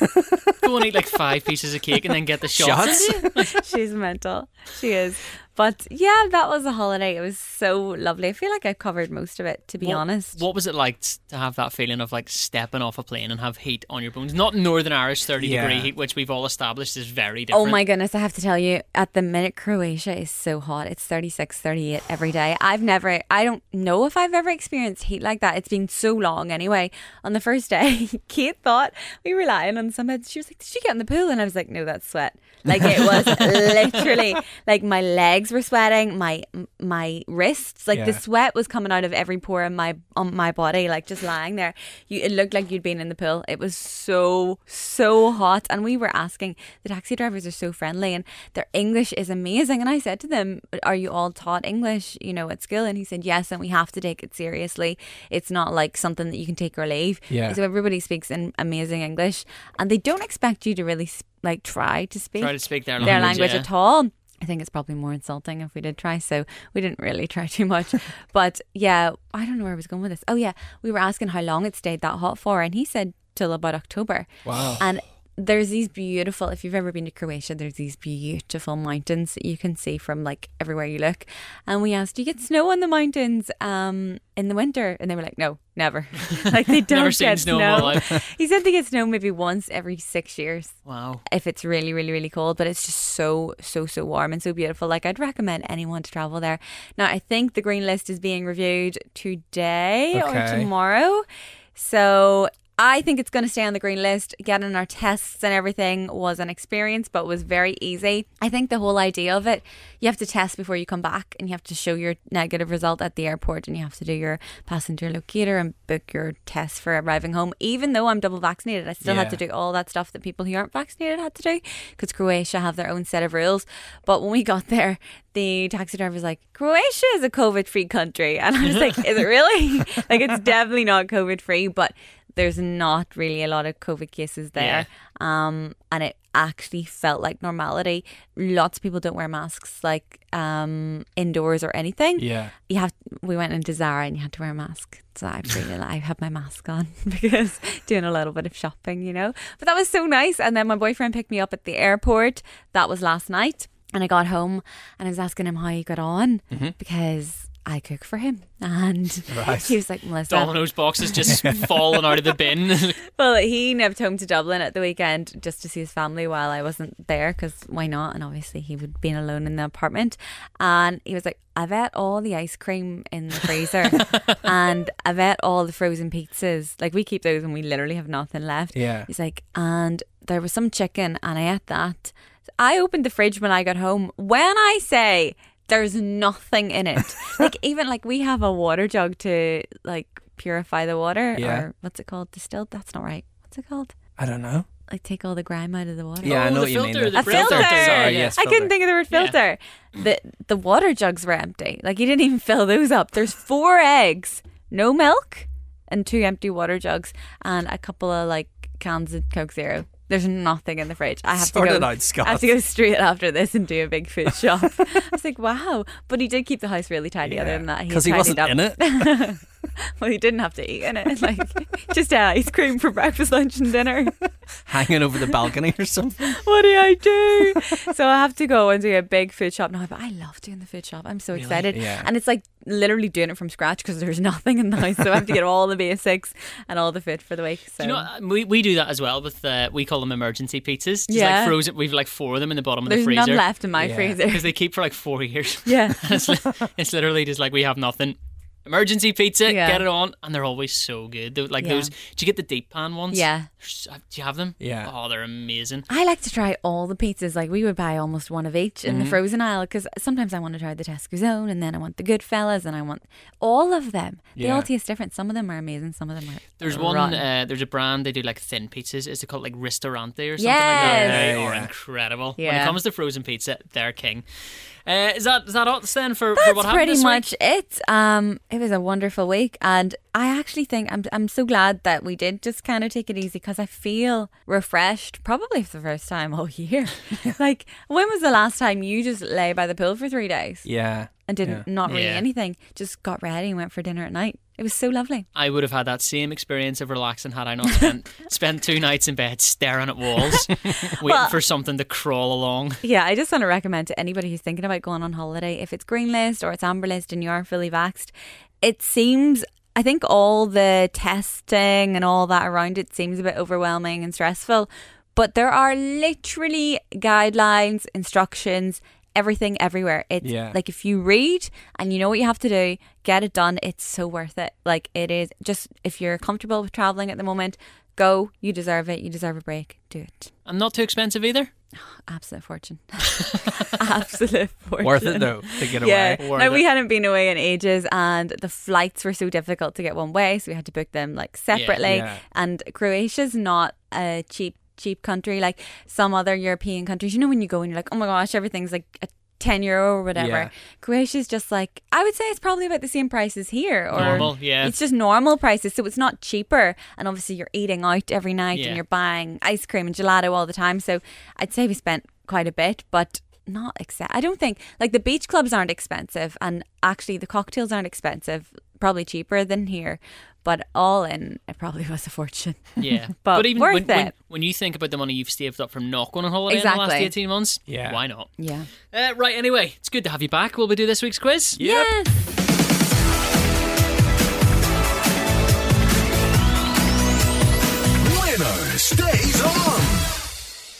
S1: Go and eat like five pieces of cake and then get the shots.
S3: Shots.
S2: She's mental. She is. But yeah, that was a holiday. It was so lovely. I feel like I've covered most of it, to be
S1: What-
S2: honest.
S1: What was it like t- to have that feeling of like stepping off a plane and have heat on your bones? Not Northern Irish 30
S3: Yeah.
S1: degree heat, which we've all established is very
S2: Oh
S1: different.
S2: my goodness, I have to tell you, at the minute, Croatia is so hot. It's 36, 38 every day. I've never, I don't know if I've ever experienced heat like that. It's been so long anyway. On the first day, Kate thought we were lying on some bed. She was like, Did you get in the pool? And I was like, No, that's sweat. Like it was literally like my legs were sweating, my my wrists, like the
S3: Yeah.
S2: sweat was coming out of every pore in my on my body, like just lying there. You, it looked like you'd been in the pool. It was so so hot, and we were asking the taxi drivers are so friendly, and their English is amazing. And I said to them, "Are you all taught English, you know, at school?" And he said, "Yes, and we have to take it seriously. It's not like something that you can take or leave.
S3: Yeah.
S2: So everybody speaks in amazing English, and they don't expect you to really s- like try to speak
S1: Try to speak their language.
S2: their language
S1: yeah.
S2: at all. I think it's probably more insulting if we did try. So we didn't really try too much. but yeah, I don't know where I was going with this. Oh, yeah. We were asking how long it stayed that hot for. And he said till about October.
S3: Wow.
S2: And there's these beautiful, if you've ever been to Croatia, there's these beautiful mountains that you can see from like everywhere you look. And we asked, Do you get snow on the mountains um, in the winter? And they were like, No, never. like they don't
S1: Never seen
S2: get
S1: snow in my
S2: snow.
S1: life.
S2: he said they get snow maybe once every six years
S1: Wow.
S2: if it's really, really, really cold, but it's just so, so, so warm and so beautiful. Like, I'd recommend anyone to travel there. Now, I think the green list is being reviewed today or
S3: Okay.
S2: tomorrow. So, I think it's going to stay on the green list. Getting our tests and everything was an experience, but was very easy. I think the whole idea of it, you have to test before you come back and you have to show your negative result at the airport and you have to do your passenger locator and book your test for arriving home. Even though I'm double vaccinated, I still had to
S3: Yeah.
S2: do do all that stuff that people who aren't vaccinated had to do because Croatia have their own set of rules. But when we got there, the taxi driver was like, Croatia is a COVID free country. And I was like, is it really? like, it's definitely not COVID free, but there's not really a lot of COVID cases there. Um, and it actually felt like normality. Lots of people don't wear masks like um, indoors or anything
S3: Yeah.
S2: you have we went into Zara and you had to wear a mask. So I really I had my mask on because doing a little bit of shopping, you know. But that was so nice. And then my boyfriend picked me up at the airport. That was last night. And I got home and I was asking him how he got on because I cook for him. And
S3: Right.
S2: he was like, Melissa,
S1: Domino's boxes just falling out of the bin.
S2: well, he nipped home to Dublin at the weekend just to see his family while I wasn't there because why not? And obviously, he would been alone in the apartment. And he was like, I've ate all the ice cream in the freezer and I've ate all the frozen pizzas. Like, we keep those and we literally have nothing left.
S3: Yeah.
S2: He's like, and there was some chicken and I ate that. I opened the fridge when I got home. When I say there's nothing in it, like even like we have a water jug to like purify the water
S3: Yeah.
S2: or what's it called? Distilled? That's not right. What's it called?
S3: I don't know.
S2: Like take all the grime out of the water.
S3: Yeah, I
S1: Oh,
S3: know
S1: the
S3: what you mean.
S1: filter,
S3: though.
S1: the
S2: A filter. filter.
S3: Sorry,
S1: Yeah.
S3: yes.
S2: I couldn't
S3: filter.
S2: think of the word
S1: Yeah.
S2: filter. The the water jugs were empty. Like you didn't even fill those up. There's four eggs, no milk, and two empty water jugs and a couple of like cans of Coke Zero. There's nothing in the fridge. I have
S3: Sort
S2: to go.
S3: it out, Scott.
S2: I have to go straight after this and do a big food shop. I was like, wow. But he did keep the house really tidy. Other than that,
S3: because he
S2: tidied
S3: wasn't
S2: up.
S3: in it.
S2: Well, you didn't have to eat in it. Like, just had ice cream for breakfast, lunch, and dinner.
S3: hanging over the balcony or something.
S2: What do I do? so I have to go and do a big food shop now. But I love doing the food shop. I'm so excited.
S3: Yeah.
S2: And it's like literally doing it from scratch because there's nothing in the house. So I have to get all the basics and all the food for the week. So
S1: You know, uh, we, we do that as well with uh, we call them emergency pizzas. Just
S2: Yeah.
S1: like frozen. We've like four of them in the bottom of
S2: there's
S1: the
S2: none
S1: freezer
S2: left in my
S3: Yeah.
S2: freezer.
S1: because they keep for like four years.
S2: Yeah.
S1: it's, li- it's literally just like we have nothing. Emergency pizza,
S2: Yeah.
S1: get it on, and they're always so good. They're like
S2: Yeah.
S1: those. Do you get the deep pan ones?
S2: Yeah.
S1: They're so- Do you have them?
S3: Yeah.
S1: Oh, they're amazing.
S2: I like to try all the pizzas. Like we would buy almost one of each in the frozen aisle because sometimes I want to try the Tesco's own, and then I want the Goodfellas, and I want all of them. They all
S3: Yeah.
S2: taste different. Some of them are amazing. Some of them are.
S1: There's one.
S2: rotten.
S1: Uh, there's a brand they do like thin pizzas. Is it called like Ristorante or something like that?
S2: Yes.
S1: They
S3: Yeah,
S1: are
S3: yeah.
S1: incredible. When
S2: Yeah.
S1: it comes to frozen pizza, they're king. Uh, is that is that all then for, for
S2: That's
S1: what happened
S2: pretty
S1: this week?
S2: much it. Um, it was a wonderful week, and I actually think I'm I'm so glad that we did just kind of take it easy because I feel refreshed, probably for the first time all year. like, when was the last time you just lay by the pool for three days
S3: Yeah.
S2: and didn't
S3: Yeah.
S2: not really
S1: Yeah.
S2: anything? Just got ready and went for dinner at night. It was so lovely.
S1: I would have had that same experience of relaxing had I not spent spent two nights in bed staring at walls, waiting for something to crawl along.
S2: Yeah, I just want to recommend to anybody who's thinking about going on holiday, if it's green list or it's amber list and you are fully vaxxed, it seems I think all the testing and all that around it seems a bit overwhelming and stressful. But there are literally guidelines, instructions, everything everywhere. It's
S3: Yeah.
S2: like if you read and you know what you have to do, get it done. It's so worth it. Like it is just if you're comfortable with traveling at the moment, go. You deserve it. You deserve a break. Do it.
S1: And not too expensive either.
S2: Absolute fortune. Absolute fortune.
S3: Worth it though to get
S2: Yeah.
S3: away.
S1: Worth
S2: No, we
S1: it.
S2: hadn't been away in ages and the flights were so difficult to get one way, so we had to book them like separately.
S3: Yeah.
S2: And Croatia's not a cheap cheap country like some other European countries. You know when you go and you're like, Oh my gosh, everything's like a ten euro or whatever.
S3: Yeah.
S2: Croatia's just like I would say it's probably about the same price as here or
S1: Normal, yeah.
S2: It's just normal prices, so it's not cheaper. And obviously you're eating out every night
S1: Yeah.
S2: and you're buying ice cream and gelato all the time. So I'd say we spent quite a bit, but not except I don't think like the beach clubs aren't expensive, and actually the cocktails aren't expensive. Probably cheaper than here, but all in it probably was a fortune.
S1: Yeah,
S2: But
S1: even
S2: worth
S1: when, when
S2: it.
S1: when you think about the money you've saved up from not going on holiday in the last
S2: Exactly.
S1: eighteen months,
S3: Yeah.
S1: why not?
S2: Yeah.
S1: Uh, right. Anyway, it's good to have you back. Will we do this week's quiz?
S2: Yes.
S4: Leno stays on.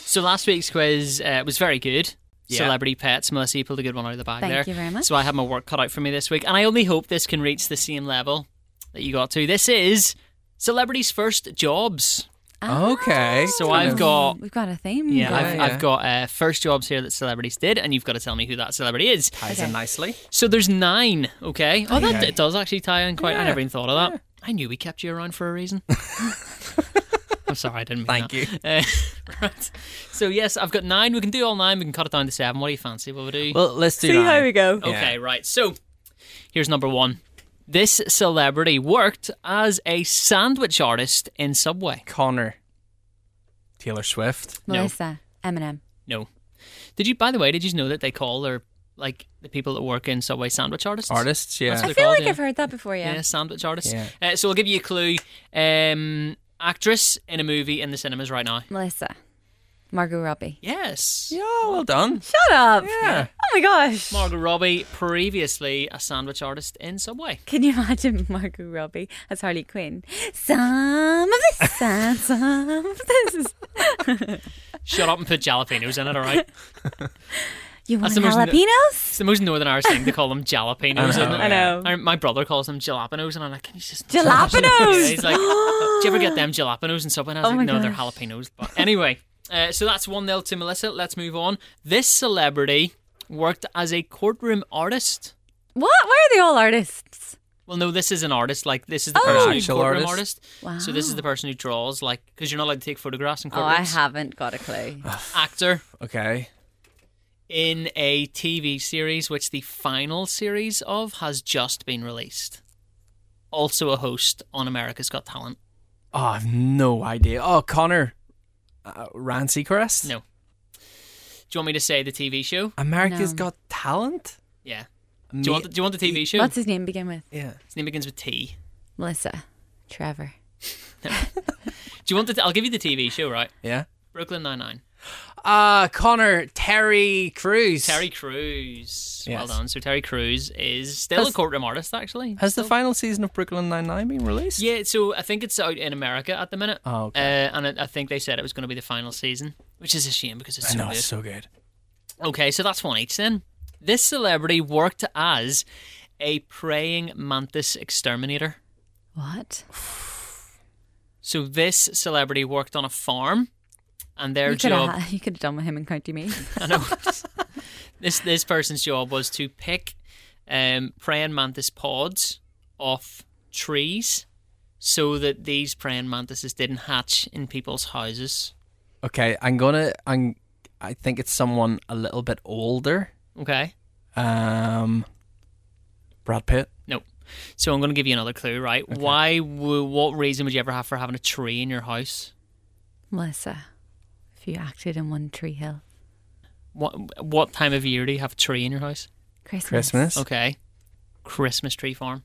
S1: So last week's quiz uh, was very good.
S3: Yeah.
S1: Celebrity pets. Melissa, you pulled a good one out of the bag
S2: Thank
S1: there.
S2: you very much.
S1: So I had my work cut out for me this week, and I only hope this can reach the same level that you got to. This is celebrities' first jobs.
S3: Okay.
S2: Ah.
S1: So I've got
S2: We've got a theme.
S1: yeah,
S2: going.
S1: I've,
S3: yeah.
S1: I've got uh, first jobs here that celebrities did, and you've got to tell me who that celebrity is.
S3: ties
S2: Okay.
S3: in nicely.
S1: So there's nine. Okay. Oh, that
S3: Okay.
S1: it does actually tie in quite. I
S3: Yeah,
S1: never even thought of that. I knew we kept you around for a reason. I'm sorry, I didn't mean
S3: Thank
S1: that. Uh,
S3: you.
S1: right. So yes, I've got nine. We can do all nine. We can cut it down to seven. What do you fancy? What would we do?
S3: Well, let's do
S2: See
S3: nine.
S2: how we go.
S1: okay. Right. So here's number one. This celebrity worked as a sandwich artist in Subway.
S3: Connor. Taylor Swift.
S1: No.
S2: Melissa, Eminem.
S1: No. Did you? By the way, did you know that they call their like the people that work in Subway sandwich artists?
S3: Artists, yeah.
S1: That's
S2: I
S1: They're
S2: feel
S1: called,
S2: like
S1: yeah.
S2: I've heard that before. Yeah.
S1: Yeah, sandwich artist.
S3: Yeah.
S1: Uh, so I'll give you a clue. Um, actress in a movie in the cinemas right now.
S2: Melissa, Margot Robbie.
S1: Yes.
S3: Yeah, well done.
S2: Shut up.
S3: Yeah.
S2: Oh my gosh.
S1: Margot Robbie, previously a sandwich artist in Subway.
S2: Can you imagine Margot Robbie as Harley Quinn? Some of this, and some of this.
S1: Shut up and put jalapenos in it, all right?
S2: You want
S1: That's the most n-
S2: jalapenos?
S1: It's the most Northern Irish thing to call them jalapenos, isn't it?
S2: I know.
S1: I- my brother calls them jalapenos, and I'm like, can you just Yeah,
S2: Jalapenos.
S1: he's like, do you ever get them jalapenos and something? I was
S2: Oh
S1: like,
S2: my
S1: no, they're jalapenos. But anyway, uh, so that's one nil to Melissa. Let's move on. This celebrity worked as a courtroom artist.
S2: what? Why are they all artists?
S1: Well, no, this is an artist. Like this is the
S2: Oh.
S1: person who's
S3: Actual
S1: courtroom artist.
S3: artist?
S1: So this is the person who draws, like, because you're not allowed to take photographs in
S2: Oh, I
S1: courtrooms.
S2: haven't got a clue.
S1: Actor
S3: Okay.
S1: in a TV series, which the final series of has just been released. Also a host on America's Got Talent.
S3: Oh, I've no idea. Oh, Connor. Uh, Ryan Seacrest?
S1: No. Do you want me to say the TV show?
S3: America's
S2: No.
S3: Got Talent?
S1: Yeah. Do you want the, do you want the TV show?
S2: What's his name begin with?
S3: Yeah.
S1: His name begins with T.
S2: Melissa, Trevor.
S1: Do you want the? T- I'll give you the TV show, right?
S3: Yeah.
S1: Brooklyn Nine Nine.
S3: Uh, Connor, Terry Crews.
S1: Terry Crews. Well
S3: Yes.
S1: done. So Terry Crews is still a
S3: Has-
S1: courtroom artist, actually.
S3: Has the final season of Brooklyn Nine-Nine been released?
S1: Yeah, so I think it's out in America at the minute.
S3: Oh, okay.
S1: Uh, and I, I think they said it was going to be the final season, which is a shame because it's
S3: I
S1: so
S3: know,
S1: good.
S3: it's so good.
S1: Okay, so that's one each then. This celebrity worked as a praying mantis exterminator.
S2: What?
S1: So this celebrity worked on a farm, and their
S2: You could,
S1: job
S2: have, you could have done with him in County Meath.
S1: I know. this this person's job was to pick um, praying mantis pods off trees so that these praying mantises didn't hatch in people's houses.
S3: Okay, I'm gonna. I'm. I think it's someone a little bit older.
S1: Okay.
S3: Um, Brad Pitt.
S1: No. So I'm going to give you another clue, right? Why? W- what reason would you ever have for having a tree in your house?
S2: Melissa, if you acted in One Tree Hill.
S1: What what time of year do you have a tree in your house?
S2: Christmas.
S3: Christmas.
S1: Okay. Christmas tree farm.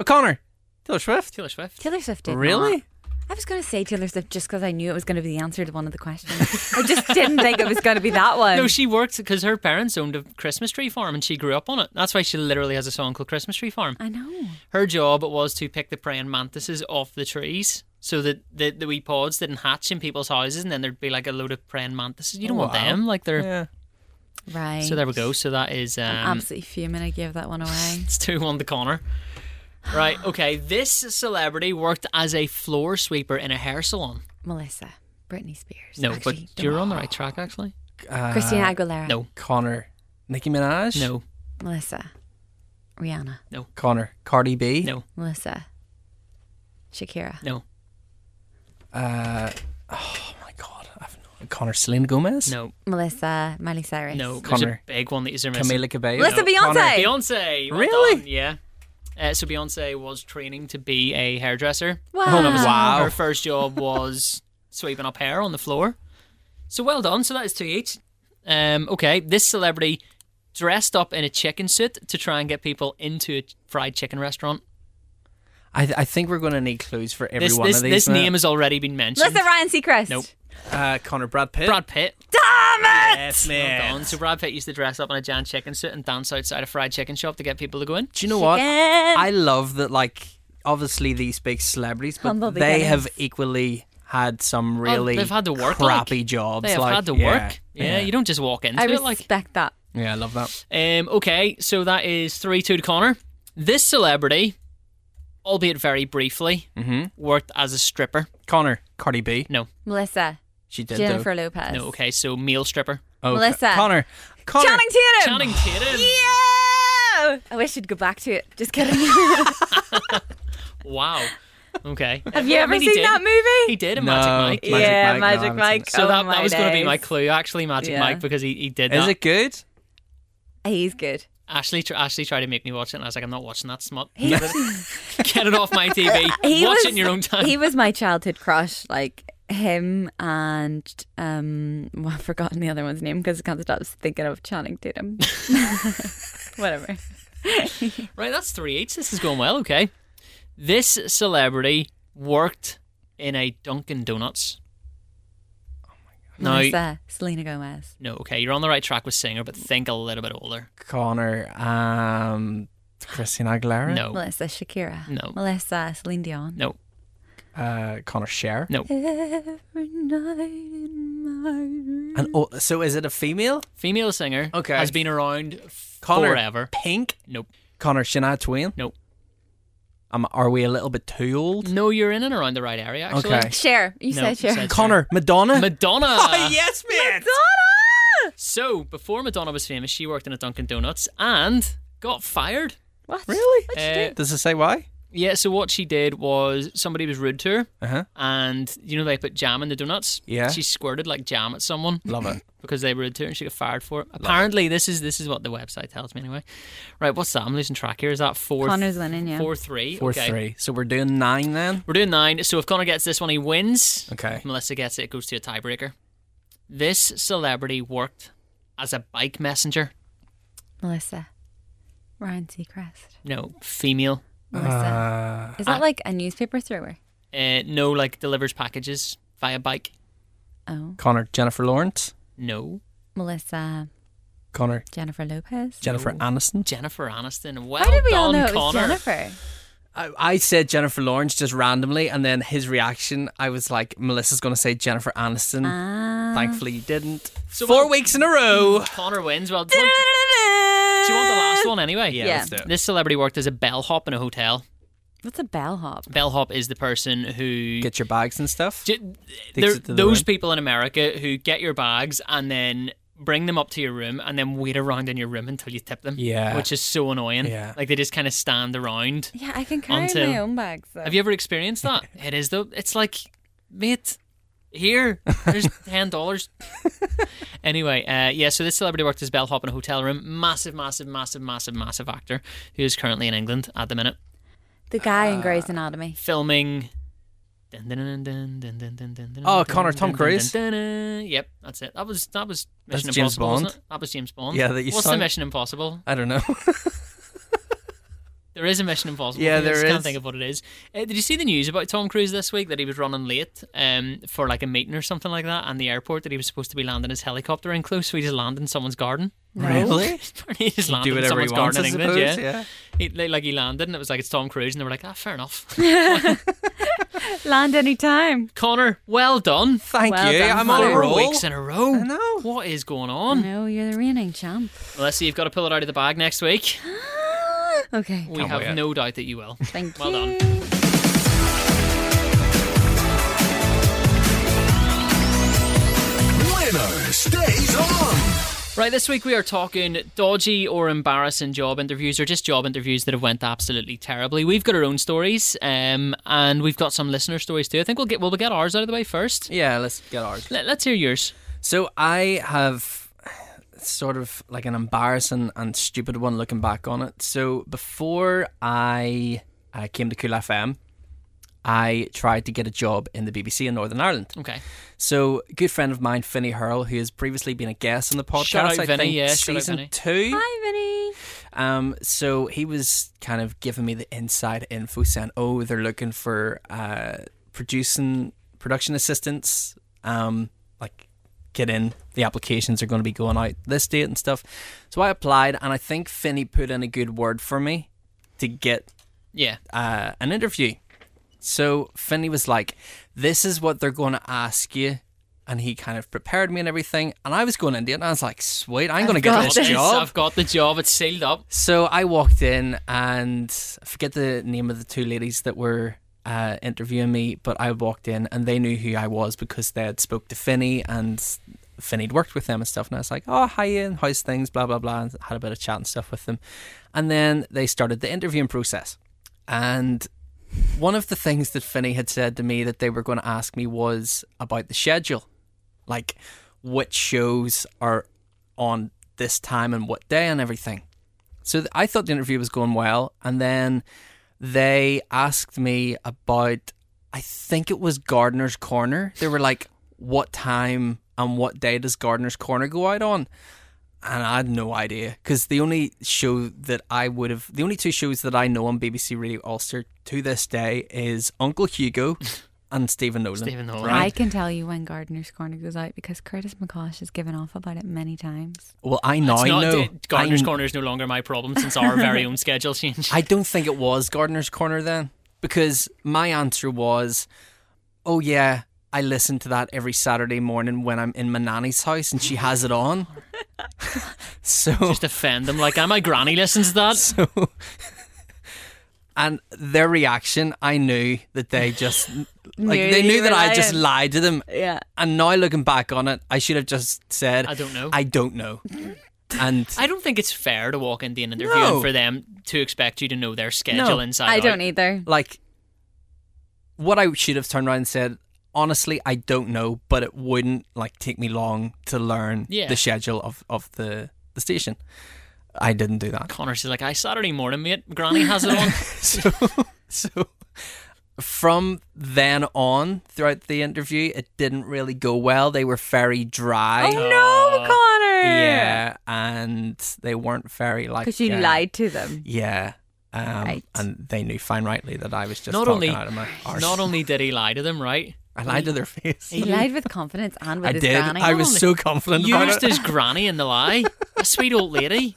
S3: O'Connor. Taylor Swift.
S1: Taylor Swift.
S2: Taylor Swift did
S3: Oh, Really?
S2: not. I was going to say Taylor Swift just because I knew it was going to be the answer to one of the questions. I just didn't think it was going to be that one.
S1: No, she worked because her parents owned a Christmas tree farm and she grew up on it. That's why she literally has a song called Christmas Tree Farm.
S2: I know.
S1: Her job was to pick the praying mantises off the trees so that the, the wee pods didn't hatch in people's houses and then there'd be like a load of praying mantises. You don't want
S3: wow.
S1: them. Like they're
S3: Yeah.
S2: Right.
S1: so there we go. So that is
S2: I'm
S1: um
S2: absolutely fuming I gave that one away.
S1: it's two on the corner. Right, okay. This celebrity worked as a floor sweeper in a hair salon.
S2: Melissa, Britney Spears.
S1: No,
S2: Actually,
S1: but you're on the right track actually.
S3: Uh,
S2: Christina Aguilera.
S1: No.
S3: Connor. Nicki Minaj.
S1: No,
S2: Melissa, Rihanna.
S3: Connor. Cardi B. Oh
S1: no,
S2: Melissa, Shakira.
S1: no,
S3: Uh, oh my God. I've no. Connor. Selena Gomez.
S1: no,
S2: Melissa, Miley Cyrus.
S1: no. There's a
S3: Connor.
S1: big one that you're missing.
S3: Camila Cabello.
S2: Melissa,
S3: Connor.
S2: Beyonce.
S1: Beyonce. well
S3: Really?
S1: done, Yeah. Uh, so Beyonce was training to be a hairdresser.
S2: Wow.
S3: Wow.
S1: Her first job was sweeping up hair on the floor. So well done. So that is two each. Um, okay, this celebrity dressed up in a chicken suit to try and get people into a fried chicken restaurant.
S3: I, I think we're going to need clues for every
S1: This
S3: one
S1: this,
S3: of these.
S1: this
S3: now.
S1: name has already been mentioned.
S2: Melissa, Ryan Seacrest.
S1: Nope.
S3: Uh, Connor. Brad Pitt.
S1: Brad Pitt.
S2: Damn it!
S3: Yes,
S1: Well done. So Brad Pitt used to dress up in a giant chicken suit and dance outside a fried chicken shop to get people to go in.
S3: Do you know what?
S2: Chicken.
S3: I love that. Like, obviously these big celebrities, but
S2: Humble
S3: they
S2: beginnings.
S3: have equally had some
S1: Oh,
S3: really
S1: they've had to work
S3: crappy
S1: like,
S3: jobs.
S1: They have
S3: like,
S1: had to
S3: yeah,
S1: work. Yeah, you don't just walk into
S2: I
S1: it
S2: respect
S1: like.
S2: that.
S3: Yeah, I love that.
S1: Um, okay, so that is 3 2 to Connor. This celebrity, albeit very briefly,
S3: Mm-hmm.
S1: worked as a stripper.
S3: Connor, Cardi B,
S1: No,
S2: Melissa,
S3: she did
S2: Jennifer Lopez.
S1: no, okay, so male stripper.
S3: though. Oh,
S2: Melissa.
S3: Connor, Connor,
S2: Channing Tatum.
S1: Channing Tatum.
S2: Yeah. I wish I'd go back to it. Just kidding.
S1: Wow. Okay.
S2: Have you ever
S1: I mean, he
S2: seen
S1: did.
S2: that movie?
S1: He did a
S3: No.
S1: Magic Mike.
S3: Magic
S2: yeah,
S3: Mike, no, I
S2: Magic
S3: haven't
S2: Mike.
S3: seen
S1: So
S2: Oh
S1: that,
S2: my
S1: that was going to be my
S2: days.
S1: clue, actually, Magic
S2: Yeah.
S1: Mike, because he, he did
S3: Is
S1: that.
S3: it good?
S2: He's good.
S1: Ashley, tr- Ashley tried to make me watch it, and I was like, I'm not watching that smut. Get it- Get it off my TV.
S2: He
S1: watch
S2: was,
S1: it in your own time.
S2: He was my childhood crush. Like him and um, well, I've forgotten the other one's name because I can't stop thinking of Channing Tatum. Whatever.
S1: Right, that's three eights. This is going well. Okay, this celebrity worked in a Dunkin' Donuts. No,
S2: Melissa, Selena Gomez.
S1: no, okay, you're on the right track with singer, but think a little bit older.
S3: Connor, um, Christina Aguilera.
S1: No,
S2: Melissa Shakira.
S1: Oh. No.
S2: Melissa Celine Dion.
S1: no,
S3: uh, Connor Cher.
S1: no.
S2: Every night in my
S3: And oh, so is it a female?
S1: Female singer.
S3: Okay.
S1: has been around
S3: Connor
S1: forever.
S3: Pink.
S1: Nope,
S3: Connor Shania Twain.
S1: nope.
S3: Um, are we a little bit too old?
S1: No, you're in and around the right area. Actually,
S3: Okay.
S2: Cher. You
S1: No,
S2: said
S1: you
S2: Cher.
S1: said-
S3: Connor Madonna.
S1: Madonna.
S3: Oh, yes, man.
S2: Madonna!
S1: So before Madonna was famous, she worked in a Dunkin' Donuts and got fired.
S2: What?
S3: Really?
S2: What'd
S1: Uh,
S2: you do?
S3: Eh, Does it say why?
S1: Yeah, so what she did was somebody was rude to her,
S3: Uh huh.
S1: and you know they put jam in the donuts.
S3: Yeah.
S1: she squirted like jam at someone
S3: Love it.
S1: because they were rude to her, and she got fired for it. Apparently, this is this is what the website tells me anyway. Right, what's that? I'm losing track here. Is that four?
S2: Connor's winning, yeah.
S1: four three.
S3: Four
S1: okay.
S3: three. So we're doing nine then.
S1: We're doing nine. So if Connor gets this one, he wins.
S3: Okay.
S1: If Melissa gets it, it goes to a tiebreaker. This celebrity worked as a bike messenger.
S2: Melissa. Ryan Seacrest.
S1: No, female.
S2: Marissa?
S3: Uh,
S2: Is that like a newspaper thrower?
S1: Uh, no, like delivers packages via bike.
S2: Oh,
S3: Connor, Jennifer Lawrence.
S1: No.
S2: Melissa
S3: Connor,
S2: Jennifer Lopez.
S3: Jennifer
S1: No.
S3: Aniston.
S1: Jennifer Aniston. Well
S2: How did we
S1: done,
S2: all know it was
S1: Connor.
S2: Jennifer?
S3: I, I said Jennifer Lawrence just randomly, and then his reaction, I was like, Melissa's going to say Jennifer Aniston.
S2: Ah.
S3: Thankfully, you didn't.
S1: Uh-huh. So
S3: Four
S1: what-
S3: weeks in a row.
S1: Connor wins. Well, do you, want, do you want the last one anyway?
S2: Yeah. let's do
S1: This celebrity worked as a bellhop in a hotel.
S2: What's a bellhop?
S1: Bellhop is the person who
S3: Get your bags and stuff.
S1: Ju-
S3: Takes
S1: there-
S3: it to the
S1: those
S3: room.
S1: people in America who get your bags and then bring them up to your room and then wait around in your room until you tip them.
S3: Yeah.
S1: Which is so annoying.
S3: Yeah.
S1: Like they just kind of stand around.
S2: Yeah, I can carry
S1: Onto-
S2: my own bags. Though.
S1: Have you ever experienced that? it is though. It's like, mate, here, there's ten dollars. anyway, uh, yeah. So this celebrity worked as bellhop in a hotel room. Massive, massive, massive, massive, massive actor who is currently in England at the minute
S2: the guy in Grey's Anatomy.
S1: filming. Dun, dun, dun, dun, dun, dun, dun, dun, dun, dun,
S3: Oh, Connor,
S1: dun,
S3: Tom
S1: dun,
S3: Cruise.
S1: dun, dun, dun. Yep, that's it. That was that was
S3: That's
S1: Mission
S3: James
S1: Impossible. wasn't
S3: Bond.
S1: it? That was James Bond.
S3: Yeah, that you
S1: What's
S3: saw.
S1: the Mission Impossible?
S3: I don't know.
S1: There is a Mission Impossible. thing,
S3: Yeah,
S1: I
S3: there
S1: just
S3: is.
S1: Can't think of what it is. Uh, did you see the news about Tom Cruise this week that he was running late um, for like a meeting or something like that, and the airport that he was supposed to be landing his helicopter in close, so he just landed in somene's garden.
S2: No.
S3: Really?
S1: he just landed
S3: Do
S1: in
S3: whatever he
S1: someone's
S3: wants,
S1: garden
S3: I
S1: in England.
S3: suppose.
S1: yeah,
S3: Yeah.
S1: He, like he landed, and it was like it's Tom Cruise, and they were like, ah, fair enough.
S2: Land any time.
S1: Connor, well done.
S3: Thank
S2: Well
S3: you.
S2: done,
S3: I'm on a
S2: Connor.
S1: Four
S3: roll.
S1: weeks in a row.
S3: I know.
S1: What is going
S2: Oh,
S1: on?
S2: no, you're the reigning champ.
S1: Melissa, you've got to pull it out of the bag next week.
S2: okay,
S1: We
S3: Can't
S1: have
S3: wait.
S1: no doubt that you will.
S2: thank
S1: Well
S2: you.
S1: done.
S4: Winner stays on.
S1: Right, this week we are talking dodgy or embarrassing job interviews, or just job interviews that have went absolutely terribly. We've got our own stories, um, and we've got some listener stories too. I think we'll get we'll get ours out of the way first.
S3: Yeah, let's get ours.
S1: Let, us hear yours.
S3: So I have sort of like an embarrassing and stupid one looking back on it. So before I uh, came to Cool FM, I tried to get a job in the BBC in Northern Ireland.
S1: Okay.
S3: So a good friend of mine, Finny Hurl, who has previously been a guest on the podcast,
S1: Shout out
S3: I
S1: Vinny,
S3: think
S1: yeah, shout out
S3: season
S1: Vinny.
S3: two.
S2: Hi, Vinny.
S3: Um, so he was kind of giving me the inside info, saying, "Oh, they're looking for uh, producing production assistants. Um, like, get in. The applications are going to be going out this date and stuff." So I applied, and I think Finney put in a good word for me to get
S1: Yeah.
S3: uh, an interview. So Finney was like, This is what they're going to ask you. And he kind of prepared me and everything. And I was going into it and I was like, Sweet, I'm going to
S2: got
S3: get this
S2: this.
S3: job.
S1: I've got the job. It's sealed up.
S3: So I walked in and I forget the name of the two ladies that were uh, interviewing me, but I walked in and they knew who I was because they had spoke to Finney and Finney'd worked with them and stuff. And I was like, oh, hi, and how's things, blah, blah, blah, and had a bit of chat and stuff with them. And then they started the interviewing process. And one of the things that Finney had said to me that they were going to ask me was about the schedule. Like, what shows are on this time and what day and everything. So th- I thought the interview was going well, and then they asked me about, I think it was Gardener's Corner. They were like, "What time and what day does Gardener's Corner go out on?" And I had no idea because the only show that I would have, the only two shows that I know on BBC Radio Ulster to this day is Uncle Hugo and Stephen Nolan.
S1: Stephen Nolan.
S3: Right?
S2: I can tell you when Gardener's Corner goes out because Curtis McCosh has given off about it many times.
S3: Well, I know,
S1: It's
S3: I
S1: not,
S3: know.
S1: Gardener's
S3: I,
S1: Corner is no longer my problem since our very own schedule changed.
S3: I don't think it was Gardener's Corner then, because my answer was, "Oh yeah, I listen to that every Saturday morning when I'm in my nanny's house and she has it on." so,
S1: Just offend them. Like, my granny listens to that.
S3: so, and their reaction, I knew that they just like
S2: Knew
S3: they
S2: that you
S3: knew
S2: were
S3: that I just
S2: lying.
S3: lied to them.
S2: Yeah.
S3: And now looking back on it, I should have just said,
S1: I don't know.
S3: I don't know." And
S1: I don't think it's fair to walk into an interview
S3: No.
S1: and for them to expect you to know their schedule
S3: No.
S1: inside
S2: I
S1: out.
S2: don't either.
S3: like what I should have turned around and said, honestly, I don't know, but it wouldn't like take me long to learn
S1: Yeah.
S3: the schedule of, of the, the station. I didn't do that.
S1: Connor, she's like, I Saturday morning, mate. Granny has it on.
S3: So so from then on throughout the interview it didn't really go well. They were very dry.
S2: oh,
S1: Uh,
S2: no, Connor.
S3: Yeah. And they weren't very like
S2: Because you
S3: uh,
S2: lied to them.
S3: Yeah. Um,
S2: Right.
S3: And they knew fine rightly that I was just
S1: Not only-
S3: talking out of my arse.
S1: Not only did he lie to them, right?
S3: I lied to their face.
S2: He lied with confidence and with
S3: I
S2: his
S3: did.
S2: granny.
S3: I was so confident about
S1: Used
S3: it.
S1: his granny in the lie. A sweet old lady.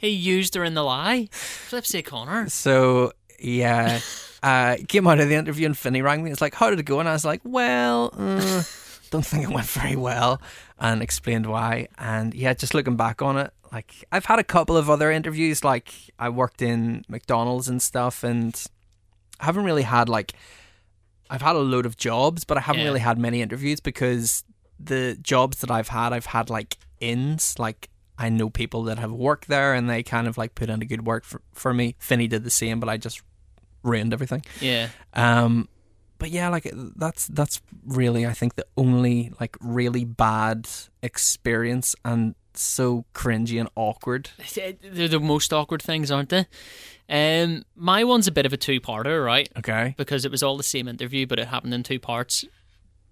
S1: He used her in the lie. Flipsy Connor.
S3: So yeah, uh, came out of the interview and Finney rang me. It's like, how did it go? And I was like, well, uh, don't think it went very well, and explained why. And yeah, just looking back on it, like I've had a couple of other interviews. Like I worked in McDonald's and stuff, and I haven't really had like I've had a load of jobs, but I haven't
S1: Yeah.
S3: really had many interviews because the jobs that I've had, I've had like ins, like I know people that have worked there and they kind of like put in a good work for, for me. Finney did the same, but I just ruined everything.
S1: Yeah.
S3: Um, but yeah, like that's that's really I think the only like really bad experience and so cringy and awkward.
S1: They're the most awkward things, aren't they? Um, my one's a bit of a two-parter, right?
S3: Okay.
S1: because it was all the same interview, but it happened in two parts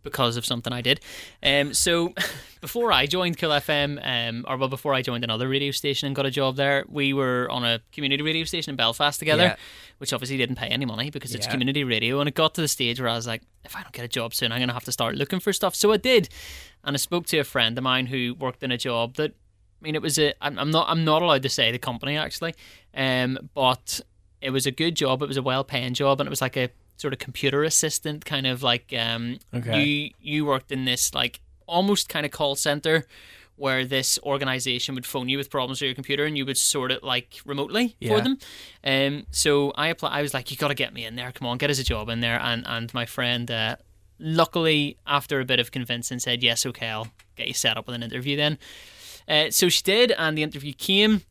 S1: because of something I did. Um, so before I joined Kill FM, um, or well, before I joined another radio station and got a job there, we were on a community radio station in Belfast together,
S3: Yeah.
S1: which obviously didn't pay any money because it's
S3: Yeah.
S1: community radio. And it got to the stage where I was like, if I don't get a job soon, I'm going to have to start looking for stuff. So I did, and I spoke to a friend of mine who worked in a job that. I mean, it was a. I'm I'm not. I'm not allowed to say the company actually, um, but it was a good job. It was a well-paying job, and it was like a sort of computer assistant kind of like um,
S3: Okay.
S1: you you worked in this like almost kind of call center where this organization would phone you with problems with your computer and you would sort it like remotely for
S3: Yeah.
S1: them. Um, so I apply. I was like, you got to get me in there. Come on, get us a job in there. And and my friend, uh, luckily after a bit of convincing, said yes, okay, I'll get you set up with an interview then. Uh, so she did, and the interview came.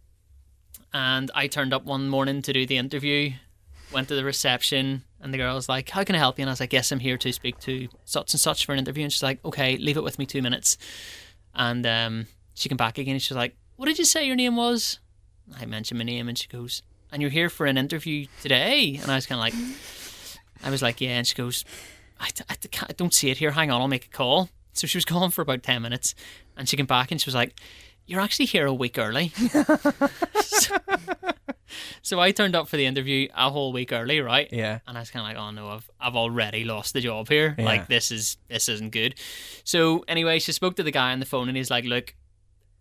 S1: And I turned up one morning to do the interview, went to the reception, and the girl was like, How can I help you? And I was like, Yes, I'm here to speak to such and such for an interview. And she's like, Okay, leave it with me two minutes. And um, she came back again and she's like, What did you say your name was? I mentioned my name, and she goes, And you're here for an interview today? And I was kind of like, I was like, Yeah. And she goes, I, d- I d- can't- I don't see it here. Hang on, I'll make a call. So she was gone for about 10 minutes, and she came back and she was like, You're actually here a week early. So I turned up for the interview a whole week early, right?
S3: Yeah.
S1: And I was kind of like, oh no, I've I've already lost the job here.
S3: Yeah.
S1: Like this is this isn't good. So anyway, she spoke to the guy on the phone, and he's like, look,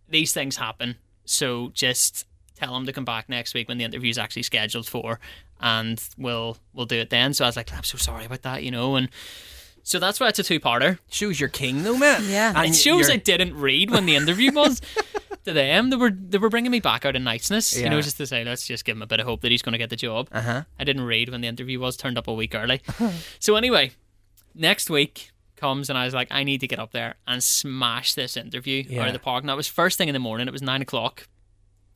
S1: these things happen. So just tell him to come back next week when the interview's actually scheduled for, and we'll we'll do it then. So I was like, I'm so sorry about that, you know, and. So that's why it's a two-parter.
S3: Shows you're king though, man.
S2: Yeah.
S1: It
S3: And
S1: shows
S3: you're-
S1: I didn't read when the interview was to them. They were they were bringing me back out in niceness, you know,
S3: Yeah.
S1: just to say let's just give him a bit of hope that he's going to get the job.
S3: Uh-huh.
S1: I didn't read when the interview was turned up a week early. so anyway, next week comes and I was like, I need to get up there and smash this interview out
S3: Yeah.
S1: of the park. And that was first thing in the morning. It was nine o'clock,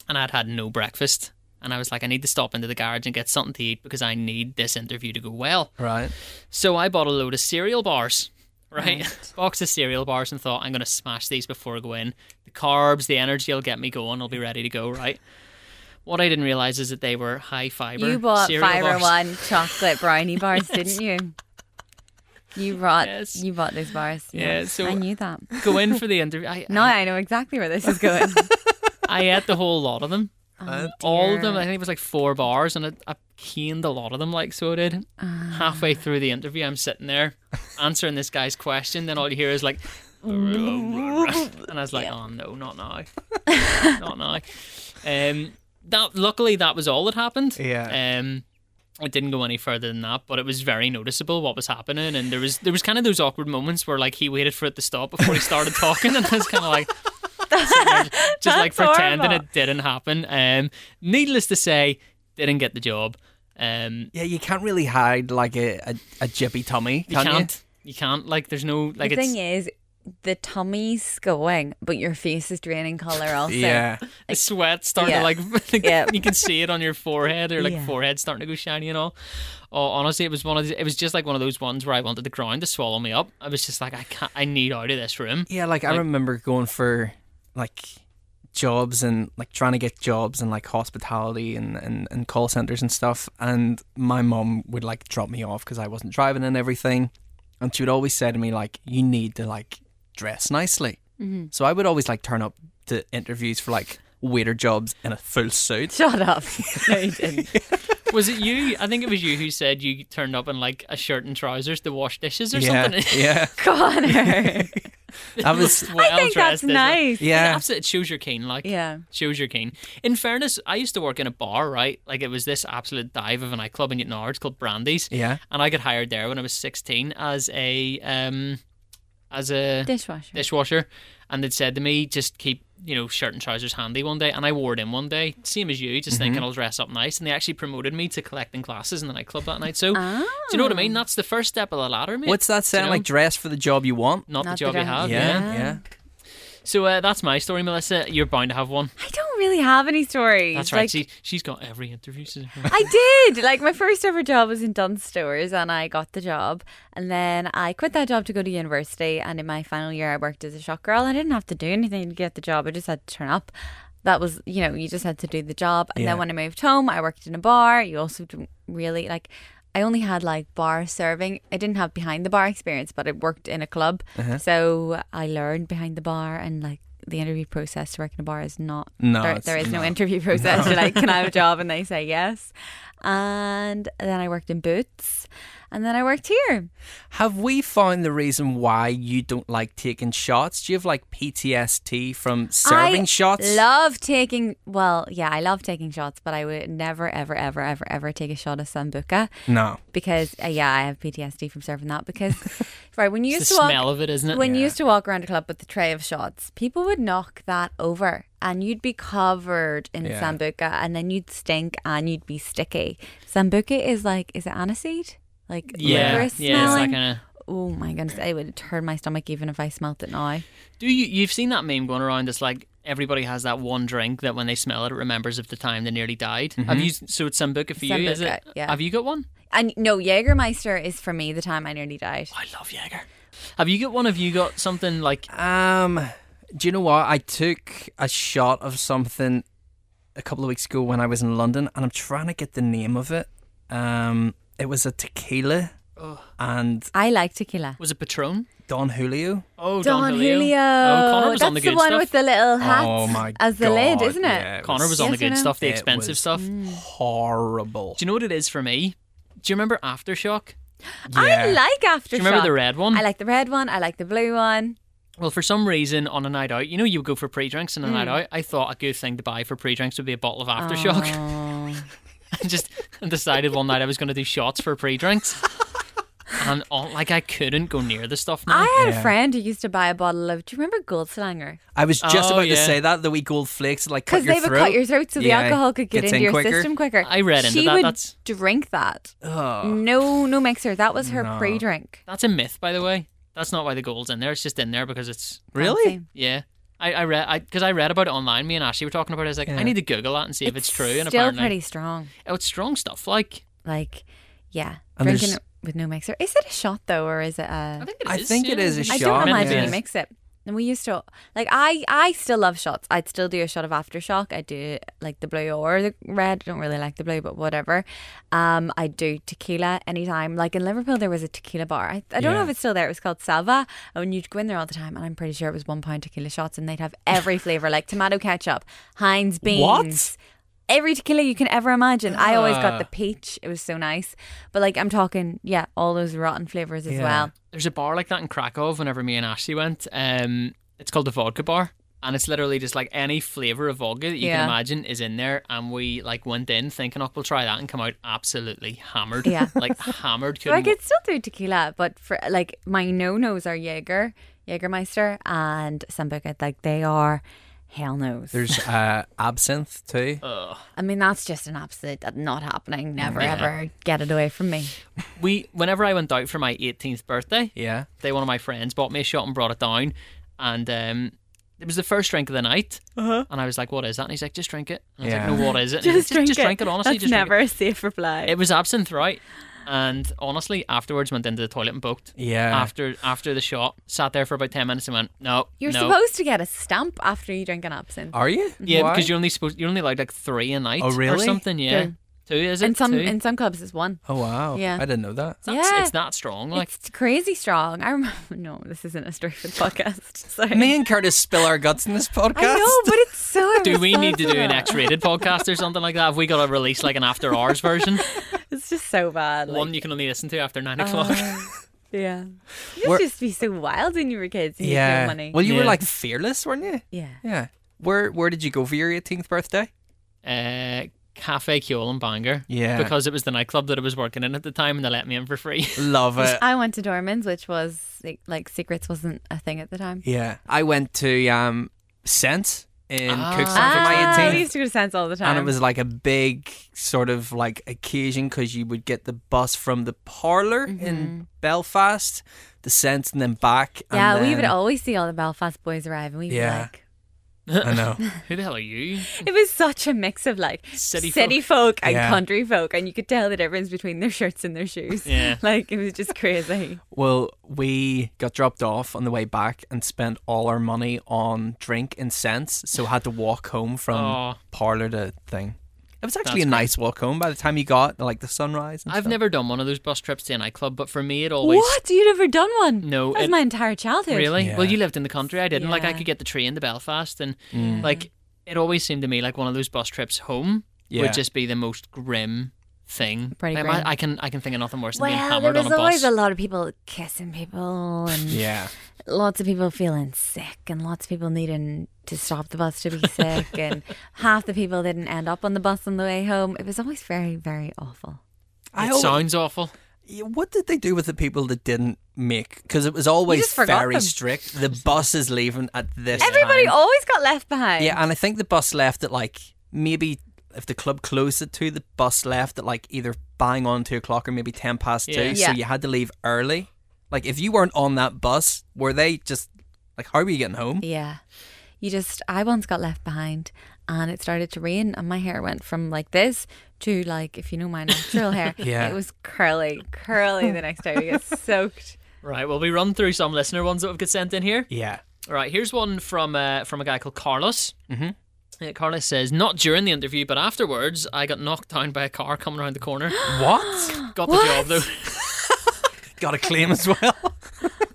S1: and I'd had no breakfast. And I was like, I need to stop into the garage and get something to eat because I need this interview to go well.
S3: Right.
S1: So I bought a load of cereal bars, right? Box of cereal bars and thought I'm going to smash these before I go in. The carbs, the energy will get me going. I'll be ready to go, right? What I didn't realize is that they were high fiber.
S2: You bought
S1: cereal
S2: Fiber
S1: bars.
S2: One chocolate brownie bars, didn't you? You bought
S1: Yes.
S2: you bought those bars.
S1: Yeah, so-
S2: I knew that.
S1: Go in for the interview. I,
S2: No, I know exactly where this is going.
S1: I ate the whole lot of them.
S3: Uh,
S2: Oh,
S1: All of them.
S2: dear.
S1: I think it was like four bars, and I, I caned a lot of them, like so I did.
S2: Ah.
S1: Halfway through the interview, I'm sitting there answering this guy's question. Then all you hear is like, and I was like, oh no, not now, not now. Um, that luckily that was all that happened.
S3: Yeah.
S1: Um, it didn't go any further than that, but it was very noticeable what was happening, and there was there was kind of those awkward moments where like he waited for it to stop before he started talking, and I was kind of like. just like
S2: That's
S1: pretending
S2: horrible.
S1: it didn't happen. Um, needless to say, didn't get the job. Um,
S3: Yeah, you can't really hide like a, a, a jippy tummy,
S1: you
S3: can you?
S1: can't. You? can't. Like, there's no like.
S2: the
S1: it's,
S2: thing is, the tummy's going, but your face is draining color also.
S3: Yeah.
S1: the sweat starting
S2: Yeah.
S1: to like.
S2: Yeah.
S1: You can see it on your forehead, or like
S2: Yeah.
S1: forehead starting to go shiny and all. Oh, honestly, it was one of. These, it was just like one of those ones where I wanted the ground to swallow me up. I was just like, I can't. I need out of this room.
S3: Yeah, like, I
S1: Like-
S3: remember going for like jobs and like trying to get jobs and like hospitality and, and, and call centers and stuff. And my mom would like drop me off because I wasn't driving and everything. And she would always say to me, like, you need to like dress nicely. So I would always like turn up to interviews for like waiter jobs in a full suit.
S2: Shut up. No, you didn't.
S1: Was it you? I think it was you who said you turned up in like a shirt and trousers to wash dishes or
S3: yeah,
S1: something.
S3: yeah.
S2: Connor.
S3: That was
S1: well
S2: I think that's
S1: dressed, isn't it?
S2: nice.
S1: It
S3: yeah.
S1: absolutely shows you're keen. Like,
S2: Yeah.
S1: shows you're keen. In fairness, I used to work in a bar, right? Like, it was this absolute dive of a nightclub in Newton It's called Brandy's.
S3: Yeah.
S1: And I got hired there when I was 16 as a um, as a
S2: Dishwasher.
S1: dishwasher. And they'd said to me, just keep you know shirt and trousers handy one day. And I wore it in one day, same as you, just
S3: Mm-hmm.
S1: thinking I'll dress up nice. And they actually promoted me to collecting glasses in the nightclub that night. So,
S2: Ah.
S1: do you know what I mean? That's the first step of the ladder, mate.
S3: What's that
S1: Do you
S3: saying?
S1: know?
S3: Like dress for the job you want.
S1: Not, the
S2: Not the
S1: job you
S2: job-
S1: have.
S3: Yeah,
S1: yeah.
S3: yeah.
S1: So uh, that's my story, Melissa. You're bound to have one.
S2: I don't really have any stories.
S1: That's right.
S2: Like,
S1: she, she's got every interview. She's
S2: I did. Like my first ever job was in Dunstores and I got the job. And then I quit that job to go to university and in my final year I worked as a shop girl. I didn't have to do anything to get the job. I just had to turn up. That was, you know, you just had to do the job. And then
S3: Yeah.
S2: when I moved home, I worked in a bar. You also didn't really like I only had like bar serving. I didn't have behind the bar experience, but I worked in a club. So I learned behind the bar and like the interview process to work in a bar is not
S3: No,
S2: there,
S3: it's
S2: there is no interview process. You're like, can I have a job? And they say yes. And then I worked in Boots. And then I worked here.
S3: Have we found the reason why you don't like taking shots? Do you have like PTSD from serving
S2: I
S3: shots?
S2: Love taking, well, yeah, I love taking shots, but I would never, ever, ever, ever, ever take a shot of Sambuca
S3: no.
S2: because, uh, yeah, I have PTSD from serving that. Because, right, when you
S1: the
S2: used to walk,
S1: smell of it, isn't it?
S2: when you used to walk around a club with a tray of shots, people would knock that over and you'd be covered in
S3: Yeah.
S2: sambuca and then you'd stink and you'd be sticky. Sambuca is like, is it aniseed? Like
S1: yeah,
S2: licorice
S1: yeah, it's that
S2: smelling?
S1: kind of.
S2: oh my goodness, it would turn my stomach even if I smelt it now.
S1: Do you? You've seen that meme going around? It's like everybody has that one drink that when they smell it, it remembers of the time they nearly died. Have you? So it's sambuca for you, is it?
S2: Sambuca, yeah.
S1: Have you got one?
S2: And no, Jägermeister is for me the time I nearly died.
S1: I love Jaeger. Have you got one? Have you got something like?
S3: Um, do you know what? I took a shot of something a couple of weeks ago when I was in London, and I'm trying to get the name of it. Um, it was a tequila and
S2: I like tequila.
S1: Was it Patron?
S3: Don Julio.
S1: Oh,
S2: Don, Julio.
S1: Oh, Connor was
S2: That's
S1: on the good
S2: one
S1: stuff.
S2: with the little hat
S3: Oh my
S2: as the lid,
S3: God,
S2: isn't it?
S3: yeah, it
S1: Connor was on the
S2: Yes Mm. or
S1: good
S2: no?
S1: stuff, the
S3: It
S1: expensive
S3: was-
S1: stuff.
S3: horrible.
S1: Do you know what it is for me? Do you remember Aftershock?
S2: I
S3: Yeah.
S2: like aftershock.
S1: Do you remember the red one?
S2: I like the red one. I like the blue one.
S1: Well, for some reason, on a night out, you know, you would go for pre drinks on a
S3: Hmm.
S1: night out. I thought a good thing to buy for pre drinks would be a bottle of Aftershock.
S2: Oh.
S1: I just decided one night I was going to do shots for pre drinks. and all, like, I couldn't go near the stuff now.
S2: I had a
S3: Yeah.
S2: friend who used to buy a bottle of. Do you remember Goldslanger?
S3: I was just
S1: Oh,
S3: about to
S1: yeah.
S3: say that the wee gold flakes like cut
S2: Because
S3: your
S2: they would
S3: throat.
S2: cut your throat so the
S3: Yeah,
S2: alcohol could get
S3: gets
S2: into
S3: in
S2: your
S3: quicker.
S2: system quicker.
S1: I read into
S2: she
S1: that.
S2: Would
S1: That's-
S2: drink that.
S3: Ugh.
S2: No, no mixer. That was her
S3: No.
S2: pre-drink.
S1: That's a myth, by the way. That's not why the gold's in there. It's just in there because it's,
S3: Really?
S2: Fancy.
S1: yeah. I, I read, I because I, read about it online. Me and Ashley were talking about it. I was like, I
S3: Yeah.
S1: need to Google that and see if it's, true. And
S2: still
S1: apparently,
S2: pretty strong.
S1: oh, it's strong stuff. Like,
S2: Like, yeah,
S3: And
S2: drinking
S3: there's-
S2: it with no mixer. Is it a shot though, or is it
S1: I
S2: a?
S1: think it is.
S3: I think it
S1: yeah.
S3: is a
S2: I
S3: shot,
S2: don't imagine
S3: yeah.
S2: you mix it. And we used to like I I still love shots. I'd still do a shot of aftershock. I do like the blue or the red. I don't really like the blue, but whatever. Um, I do tequila anytime. Like in Liverpool, there was a tequila bar. I, I don't know
S3: Yeah.
S2: if it's still there. It was called Salva, and you'd go in there all the time. And I'm pretty sure it was one pound tequila shots, and they'd have every flavor like tomato ketchup, Heinz beans.
S3: What?
S2: Every tequila you can ever imagine. I always got the
S3: Ah.
S2: peach. It was so nice. But like I'm talking, yeah, all those rotten flavors as
S3: Yeah.
S2: well.
S1: there's a bar like that in Krakow whenever me and Ashley went. Um, it's called the Vodka Bar. And it's literally just like any flavour of vodka that you
S2: Yeah.
S1: can imagine is in there. And we like went in thinking, oh, we'll try that and come out absolutely hammered.
S2: Yeah.
S1: Like hammered.
S2: So I
S1: Couldn't
S2: could still do tequila, but for like my no nos are Jaeger, Jaegermeister, and Sambuca. Like they are hell no's.
S3: There's uh, absinthe too.
S2: I mean, that's just an absolute uh, not happening. Never ever get it away from me.
S1: we, whenever I went out for my 18th birthday,
S3: yeah.
S1: they, one of my friends, bought me a shot and brought it down. And um, it was the first drink of the night.
S2: Uh-huh.
S1: And I was like, what is that? And he's like, just drink it. And I was
S3: Yeah.
S1: like, no, what is it? And he's like, just drink it, honestly.
S2: That's
S1: just drink it."
S2: never a safe reply.
S1: It was absinthe, right? And honestly, afterwards went into the toilet and booked.
S3: Yeah.
S1: After after the shot, sat there for about ten minutes and went, no,
S2: You're
S1: no.
S2: supposed to get a stamp after you drink an absinthe.
S3: Are you?
S1: yeah,
S3: Why?
S1: because you're only supposed you're only allowed like three a night
S3: Oh,
S1: or
S3: really?
S1: something. Yeah.
S2: True.
S1: Two is it?
S2: In some
S1: Two?
S2: in some clubs, it's one.
S3: Oh wow!
S2: Yeah.
S3: I didn't know that.
S1: It's not-
S2: Yeah.
S1: it's not strong. Like
S2: it's crazy strong. I remember. No, this isn't a story for the podcast. Sorry.
S3: Me and Curtis spill our guts in this podcast.
S2: I know, but it's so.
S1: do we need to do an
S2: irresponsible.
S1: X-rated podcast or something like that? Have we got to release like an after hours version?
S2: It's just so bad. Like,
S1: One you can only listen to after nine
S2: Uh-huh.
S1: o'clock.
S2: Um, yeah. You
S3: We're-
S2: used to be so wild when you were kids. And
S3: yeah.
S2: You money.
S3: Well, you were
S1: Yeah.
S3: like fearless, weren't you?
S2: yeah.
S3: Yeah. Where Where did you go for your 18th birthday?
S1: Uh, Cafe Kjol and Bangor.
S3: Yeah.
S1: Because it was the nightclub that I was working in at the time and they let me in for free.
S3: Love it.
S2: I went to Dorman's, which was like, like secrets wasn't a thing at the time.
S3: Yeah. I went to um Sense in
S1: Ah.
S3: Cookstown for
S2: Ah,
S3: my
S2: we
S3: 18th.
S2: used to go to Sense all the time.
S3: And it was like a big sort of like occasion because you would get the bus from the parlor in Belfast, the Sense, and then back.
S2: Mm-hmm.
S3: and
S2: yeah, we
S3: then-
S2: would always see all the Belfast boys arrive, and we'd
S3: Yeah.
S2: be
S3: I know.
S1: Who the hell are you?
S2: like, it was such a mix of like
S1: City
S2: city, folk. and
S3: Yeah.
S2: country folk, and you could tell the difference between their shirts and their shoes.
S1: Yeah.
S2: like it was just crazy.
S3: Well, we got dropped off on the way back and spent all our money on drink and cents, so had to walk home from
S1: Oh.
S3: parlor to thing. It was actually
S1: That's
S3: a nice walk home by the time you got like the sunrise. And
S1: I've
S3: stuff.
S1: never done one of those bus trips to a nightclub, but for me it always
S2: What? You'd never done one?
S1: No,
S2: that was
S1: it-
S2: my entire childhood.
S1: Really?
S3: Yeah. Mm.
S1: Well, you lived in the country. I didn't. Like, I
S2: Yeah.
S1: could get the train to Belfast, and like, it always seemed to me like one of those bus trips home
S3: Yeah.
S1: would just be the most grim thing.
S2: Pretty
S1: Like,
S2: grim.
S1: I, I can I can think of nothing worse than being
S2: Well, there
S1: hammered on
S2: was
S1: a bus.
S2: always a lot of people kissing people, and
S3: Yeah.
S2: lots of people feeling sick, and lots of people needing to stop the bus to be sick, and half the people didn't end up on the bus on the way home. It was always very, very awful.
S3: I
S1: it
S3: al-
S1: sounds awful.
S3: Yeah, what did they do with the people that didn't make? Because it was always
S2: just forgot
S3: very
S2: them.
S3: strict. The bus is leaving at this
S2: Everybody
S3: time.
S2: always got left behind.
S3: Yeah, and I think the bus left at like maybe if the club closed at two, the bus left at like either bang on two o'clock or maybe ten past
S1: Yeah.
S3: two.
S2: Yeah.
S3: So you had to leave early. Like if you weren't on that bus, were they just like how were you getting home?
S2: Yeah. You just, I once got left behind and it started to rain and my hair went from like this to like, if you know my natural hair,
S3: Yeah.
S2: it was curly, curly the next day. We got soaked.
S1: Right. Well, we run through some listener ones that we've got sent in here.
S3: Yeah.
S1: All right. Here's one from uh, from a guy called Carlos. Mm-hmm. Carlos says, not during the interview, but afterwards, I got knocked down by a car coming around the corner.
S3: What?
S1: Got the
S2: What?
S1: job though.
S3: Got a claim as well.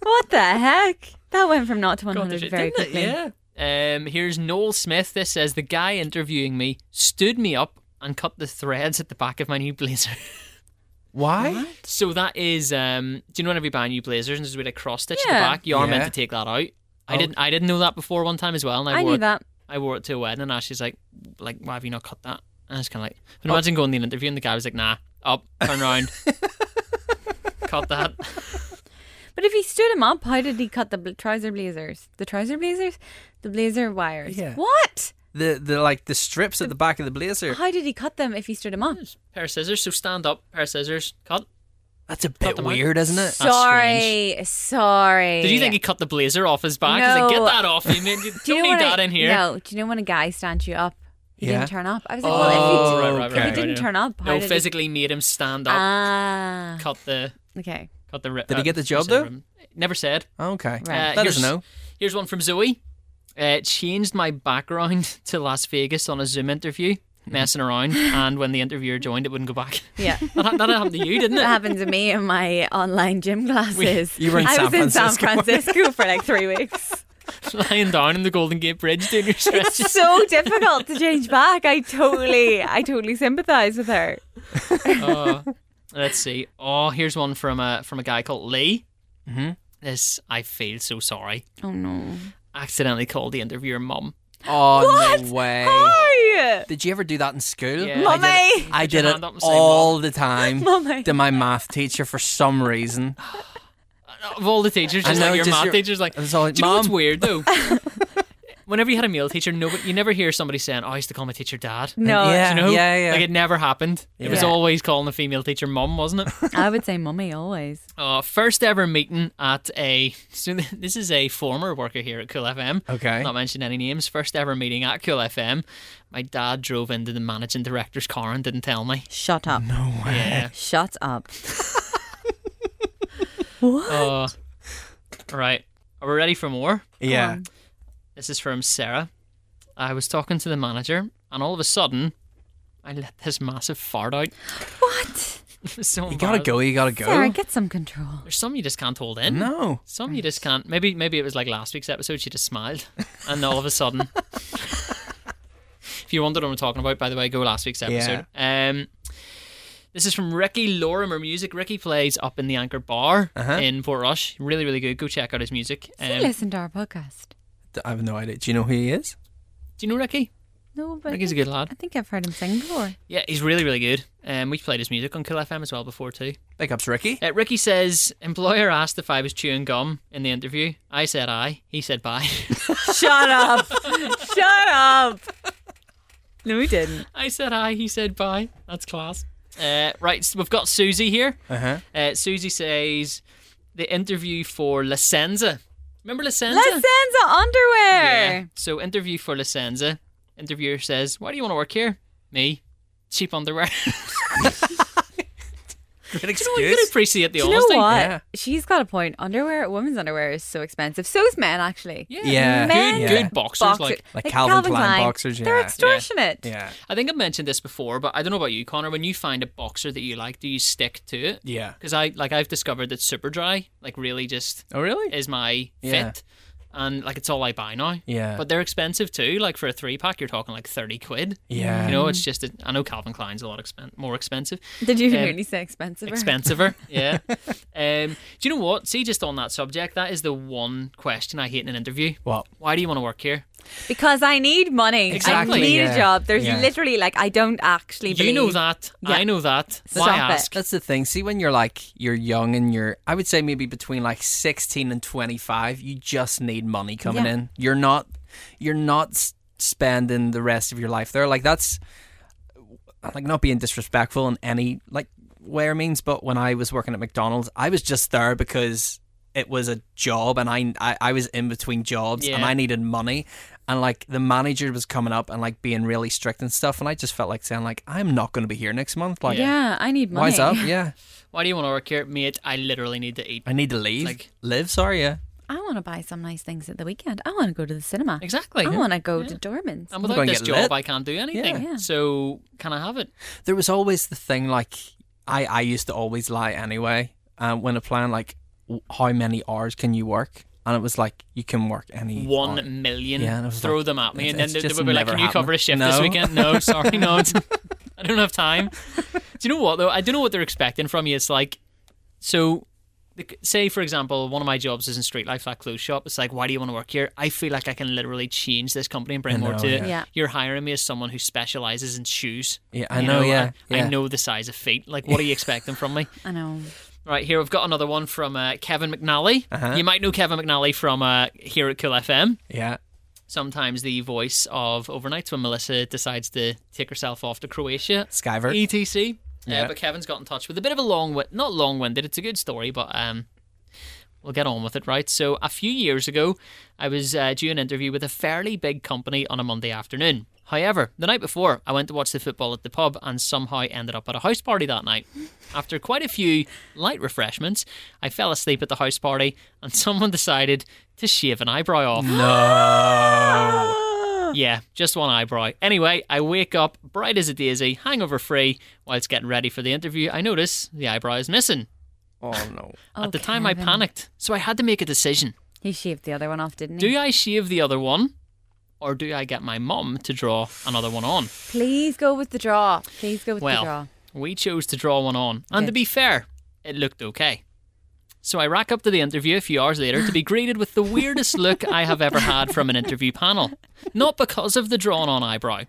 S2: What the heck? That went from not to
S1: God,
S2: 100
S1: did it,
S2: Uh-huh, very
S1: didn't it?
S2: quickly.
S1: Yeah. Um, here's Noel Smith. This says the guy interviewing me stood me up and cut the threads at the back of my new blazer.
S3: Why?
S1: so that is, um, do you know whenever you buy new blazers and there's a bit of cross stitch at
S2: Yeah.
S1: the back, you are meant
S3: Yeah.
S1: to take that out. I
S3: Oh.
S1: didn't. I didn't know that before one time as well, and I,
S2: I
S1: wore
S2: knew
S1: it,
S2: that.
S1: I wore it to a wedding, and Ashley's like, like, why have you not cut that? And I was kind of like, but
S2: Oh.
S1: imagine going to an interview and the guy was like, nah, up, turn around, cut that.
S2: But if he stood him up, how did he cut the bl- trouser blazers? The trouser blazers? The blazer wires.
S3: Yeah.
S2: What?
S3: The the like the strips at the back of the blazer.
S2: How did he cut them if he stood him up?
S1: Pair of scissors. So stand up, pair of scissors, cut.
S3: That's a
S1: Cut
S3: bit
S1: them out.
S3: weird, isn't it?
S2: Sorry. Sorry.
S1: Did you think he cut the blazer off his back? He's like,
S2: No.
S1: get that off you, man. You
S2: Do you
S1: don't
S2: know
S1: need
S2: when
S1: that
S2: I-
S1: in here.
S2: No, do you know when a guy stands you up? He
S3: Yeah.
S2: didn't turn up. I was like, well, if he,
S1: Oh,
S3: Oh,
S1: right, right,
S2: if he
S1: right,
S2: didn't
S1: right.
S2: turn up, how
S1: No,
S2: did
S1: physically made him stand
S2: He...
S1: up,
S2: Ah,
S1: cut the
S2: okay.
S1: cut the. ri-
S3: Did he get the job,
S1: scissor
S3: though?
S1: room. Never said.
S3: Okay.
S2: Right.
S1: Uh,
S3: That is
S1: here's-
S3: no.
S1: Here's one from Zoe. Uh, changed my background to Las Vegas on a Zoom interview,
S3: Hmm.
S1: messing around, and when the interviewer joined, it wouldn't go back.
S2: Yeah,
S1: that, ha- that happened to you, didn't
S2: that
S1: it?
S2: happened to me in my online gym classes.
S3: you were in
S2: I
S3: San
S2: was in San
S3: Francisco.
S2: Francisco for like three weeks.
S1: Lying down in the Golden Gate Bridge doing your stretches.
S2: so difficult to change back. I totally, I totally sympathise with her.
S1: Uh, let's see. Oh, here's one from a from a guy called Lee.
S3: Mhm.
S1: This I feel so sorry.
S2: Oh no!
S1: Accidentally called the interviewer mum.
S3: Oh
S2: What?
S3: no way.
S2: Hi,
S3: Did you ever do that in school?
S1: Yeah.
S3: I did it-
S2: Mummy.
S3: I
S1: Put your
S3: did it
S1: hand up and say
S3: all the time
S2: Mummy.
S3: to my math teacher for some reason.
S1: of all the teachers,
S3: I
S1: just
S3: know,
S1: like your
S3: just
S1: math
S3: your-
S1: teacher's like,
S3: I was all like,
S1: do you know what's
S3: "Mom."
S1: weird though? Whenever you had a male teacher, no, you never hear somebody saying, oh, "I used to call my teacher dad."
S2: No,
S1: You
S3: Yeah.
S1: know,
S3: yeah.
S1: like it never happened. It was
S2: Yeah.
S1: always calling the female teacher mum, wasn't it?
S2: I would say mummy always.
S1: uh, first ever meeting at a. So th- this is a former worker here at Cool FM.
S3: Okay.
S1: Not mention any names. First ever meeting at Cool FM. My dad drove into the managing director's car and didn't tell me.
S2: Shut up! No way!
S1: Yeah.
S2: Shut up!
S1: Uh, right. Are we ready for more?
S3: Yeah.
S1: This is from Sarah. I was talking to the manager, and all of a sudden, I let this massive fart out.
S2: What?
S1: so
S3: You gotta go. You gotta go.
S2: Sarah, get some control.
S1: There's some you just can't hold in.
S3: No.
S1: Some you just can't. Maybe maybe it was like last week's episode. She just smiled, and all of a sudden, if you wondered what I'm talking about, by the way, go last week's episode. Um, this is from Ricky Lorimer Music. Ricky plays up in the Anchor Bar
S3: Uh-huh.
S1: in Fort Rush. Really, really good. Go check out his music.
S2: He
S1: Um, do
S2: listened to our podcast.
S3: I have no idea. Do you know who he is?
S1: you know Ricky?
S2: No, but
S1: Ricky's a good lad.
S2: I think I've heard him sing before.
S1: Yeah, he's really, really good. Um, we played his music on Kill FM as well before too.
S3: Big ups, Ricky.
S1: Uh, Ricky says employer asked if I was chewing gum in the interview. I said I. He said bye.
S2: Shut up. Shut up. No, we didn't.
S1: I said hi. He said bye. That's class. Uh, right, so we've got Susie here.
S3: Uh huh.
S1: Uh, Susie says the interview for Licenza. Remember Licenza?
S2: Licenza
S1: Yeah.
S2: underwear.
S1: So interview for Licenza. Interviewer says, "Why do you want to work here?" Me, cheap underwear. you
S3: Good
S1: can
S3: excuse.
S1: appreciate the
S2: Do you know
S1: honesty.
S2: what?
S3: Yeah.
S2: She's got a point. Underwear, women's underwear is so expensive. So is men, actually.
S1: Yeah.
S3: Yeah.
S1: Good,
S2: Men
S1: good boxers.
S2: Boxer-
S1: Like
S3: Like Calvin Klein boxers,
S2: They're
S3: yeah.
S2: extortionate.
S3: Yeah.
S1: I think I mentioned this before, but I don't know about you, Connor. When you find a boxer that you like, do you stick to it?
S3: Yeah.
S1: Because I like I've discovered that super dry, like really just
S3: Oh really?
S1: is my
S3: Yeah.
S1: fit, and like it's all I buy now.
S3: Yeah.
S1: But they're expensive too. Like for a three pack, you're talking like thirty quid.
S3: Yeah.
S1: You know, it's just a, I know Calvin Klein's a lot expen- more expensive,
S2: Did you
S1: Um,
S2: really say expensive?
S1: expensiver. yeah. Um, do you know what? See, just on that subject, that is the one question I hate in an interview.
S3: What?
S1: Why do you want to work here?
S2: Because I need money.
S1: Exactly.
S2: I need
S3: Yeah.
S2: a job. There's
S3: Yeah.
S2: literally like I don't actually
S1: You
S2: believe.
S1: know that.
S2: Yeah.
S1: I know that.
S2: Stop
S1: Why
S2: it.
S1: ask?
S3: That's the thing. See, when you're like you're young and you're, I would say maybe between like 16 and 25, you just need money coming
S2: Yeah.
S3: in. You're not, you're not s- spending the rest of your life there. Like that's, like not being disrespectful in any like way or means, but when I was working at McDonald's, I was just there because it was a job and I I, I was in between jobs and
S1: Yeah.
S3: I needed money. And like the manager was coming up and like being really strict and stuff, and I just felt like saying like I'm not going to be here next month. Like,
S2: Yeah, I need money.
S3: Wise up, yeah.
S1: Why do you want to work here, mate? I literally need to eat.
S3: I need to leave.
S1: Like-
S3: live, sorry, yeah.
S2: I want to buy some nice things at the weekend. I want to go to the cinema.
S1: Exactly.
S2: I want to go to Dorman's.
S1: And
S3: go
S1: without
S3: and
S1: this
S3: get
S1: job,
S3: lit.
S1: I can't do anything.
S2: Yeah.
S1: So can I have it?
S3: There was always the thing like I, I used to always lie anyway. Um, when applying like w- how many hours can you work? And it was like you can work any
S1: One
S3: hour.
S1: million.
S3: Yeah, and I was
S1: throw
S3: like,
S1: them at me,
S3: it's-
S1: and then
S3: it's
S1: they, they
S3: just
S1: would be like,
S3: never
S1: "Can you cover a
S3: happened.
S1: shift this
S3: No.
S1: weekend?" No, sorry, no. It's, I don't have time. Do you know what though? I don't know what they're expecting from you. It's like, so, like, say for example, one of my jobs is in street life, that clothes shop. It's like, why do you want to work here? I feel like I can literally change this company and bring
S3: I
S1: more
S3: know,
S1: to it.
S3: yeah.
S2: Yeah.
S1: You're hiring me as someone who specializes in shoes.
S3: Yeah, I
S1: You
S3: know, yeah,
S1: I, I
S3: yeah.
S1: know the size of feet. Like, what are you expecting from me?
S2: I know.
S1: Right here, I've got another one from uh, Kevin McNally.
S3: Uh-huh.
S1: You might know Kevin McNally from uh, here at Cool FM.
S3: Yeah.
S1: Sometimes the voice of overnights when Melissa decides to take herself off to Croatia,
S3: Skyvert.
S1: etc. Uh,
S3: Yeah.
S1: but Kevin's got in touch with a bit of a long, wi- not long-winded. It's a good story, but um, we'll get on with it, right? So a few years ago, I was uh, due an interview with a fairly big company on a Monday afternoon. However, the night before, I went to watch the football at the pub and somehow ended up at a house party that night. After quite a few light refreshments, I fell asleep at the house party and someone decided to shave an eyebrow off.
S3: No.
S1: Yeah, just one eyebrow. Anyway, I wake up bright as a daisy, hangover free. Whilst getting ready for the interview, I notice the eyebrow is missing.
S3: Oh no.
S2: Oh,
S1: At the time, I
S2: Kevin.
S1: panicked, so I had to make a decision.
S2: He shaved the other one off, didn't he?
S1: Do I shave the other one, or do I get my mum to draw another one on?
S2: Please go with the draw. Please go with the draw.
S1: Well, we chose to draw one on, and to
S2: Good.
S1: be fair, it looked okay. So I rack up to the interview a few hours later to be greeted with the weirdest look I have ever had from an interview panel. Not because of the drawn on eyebrow,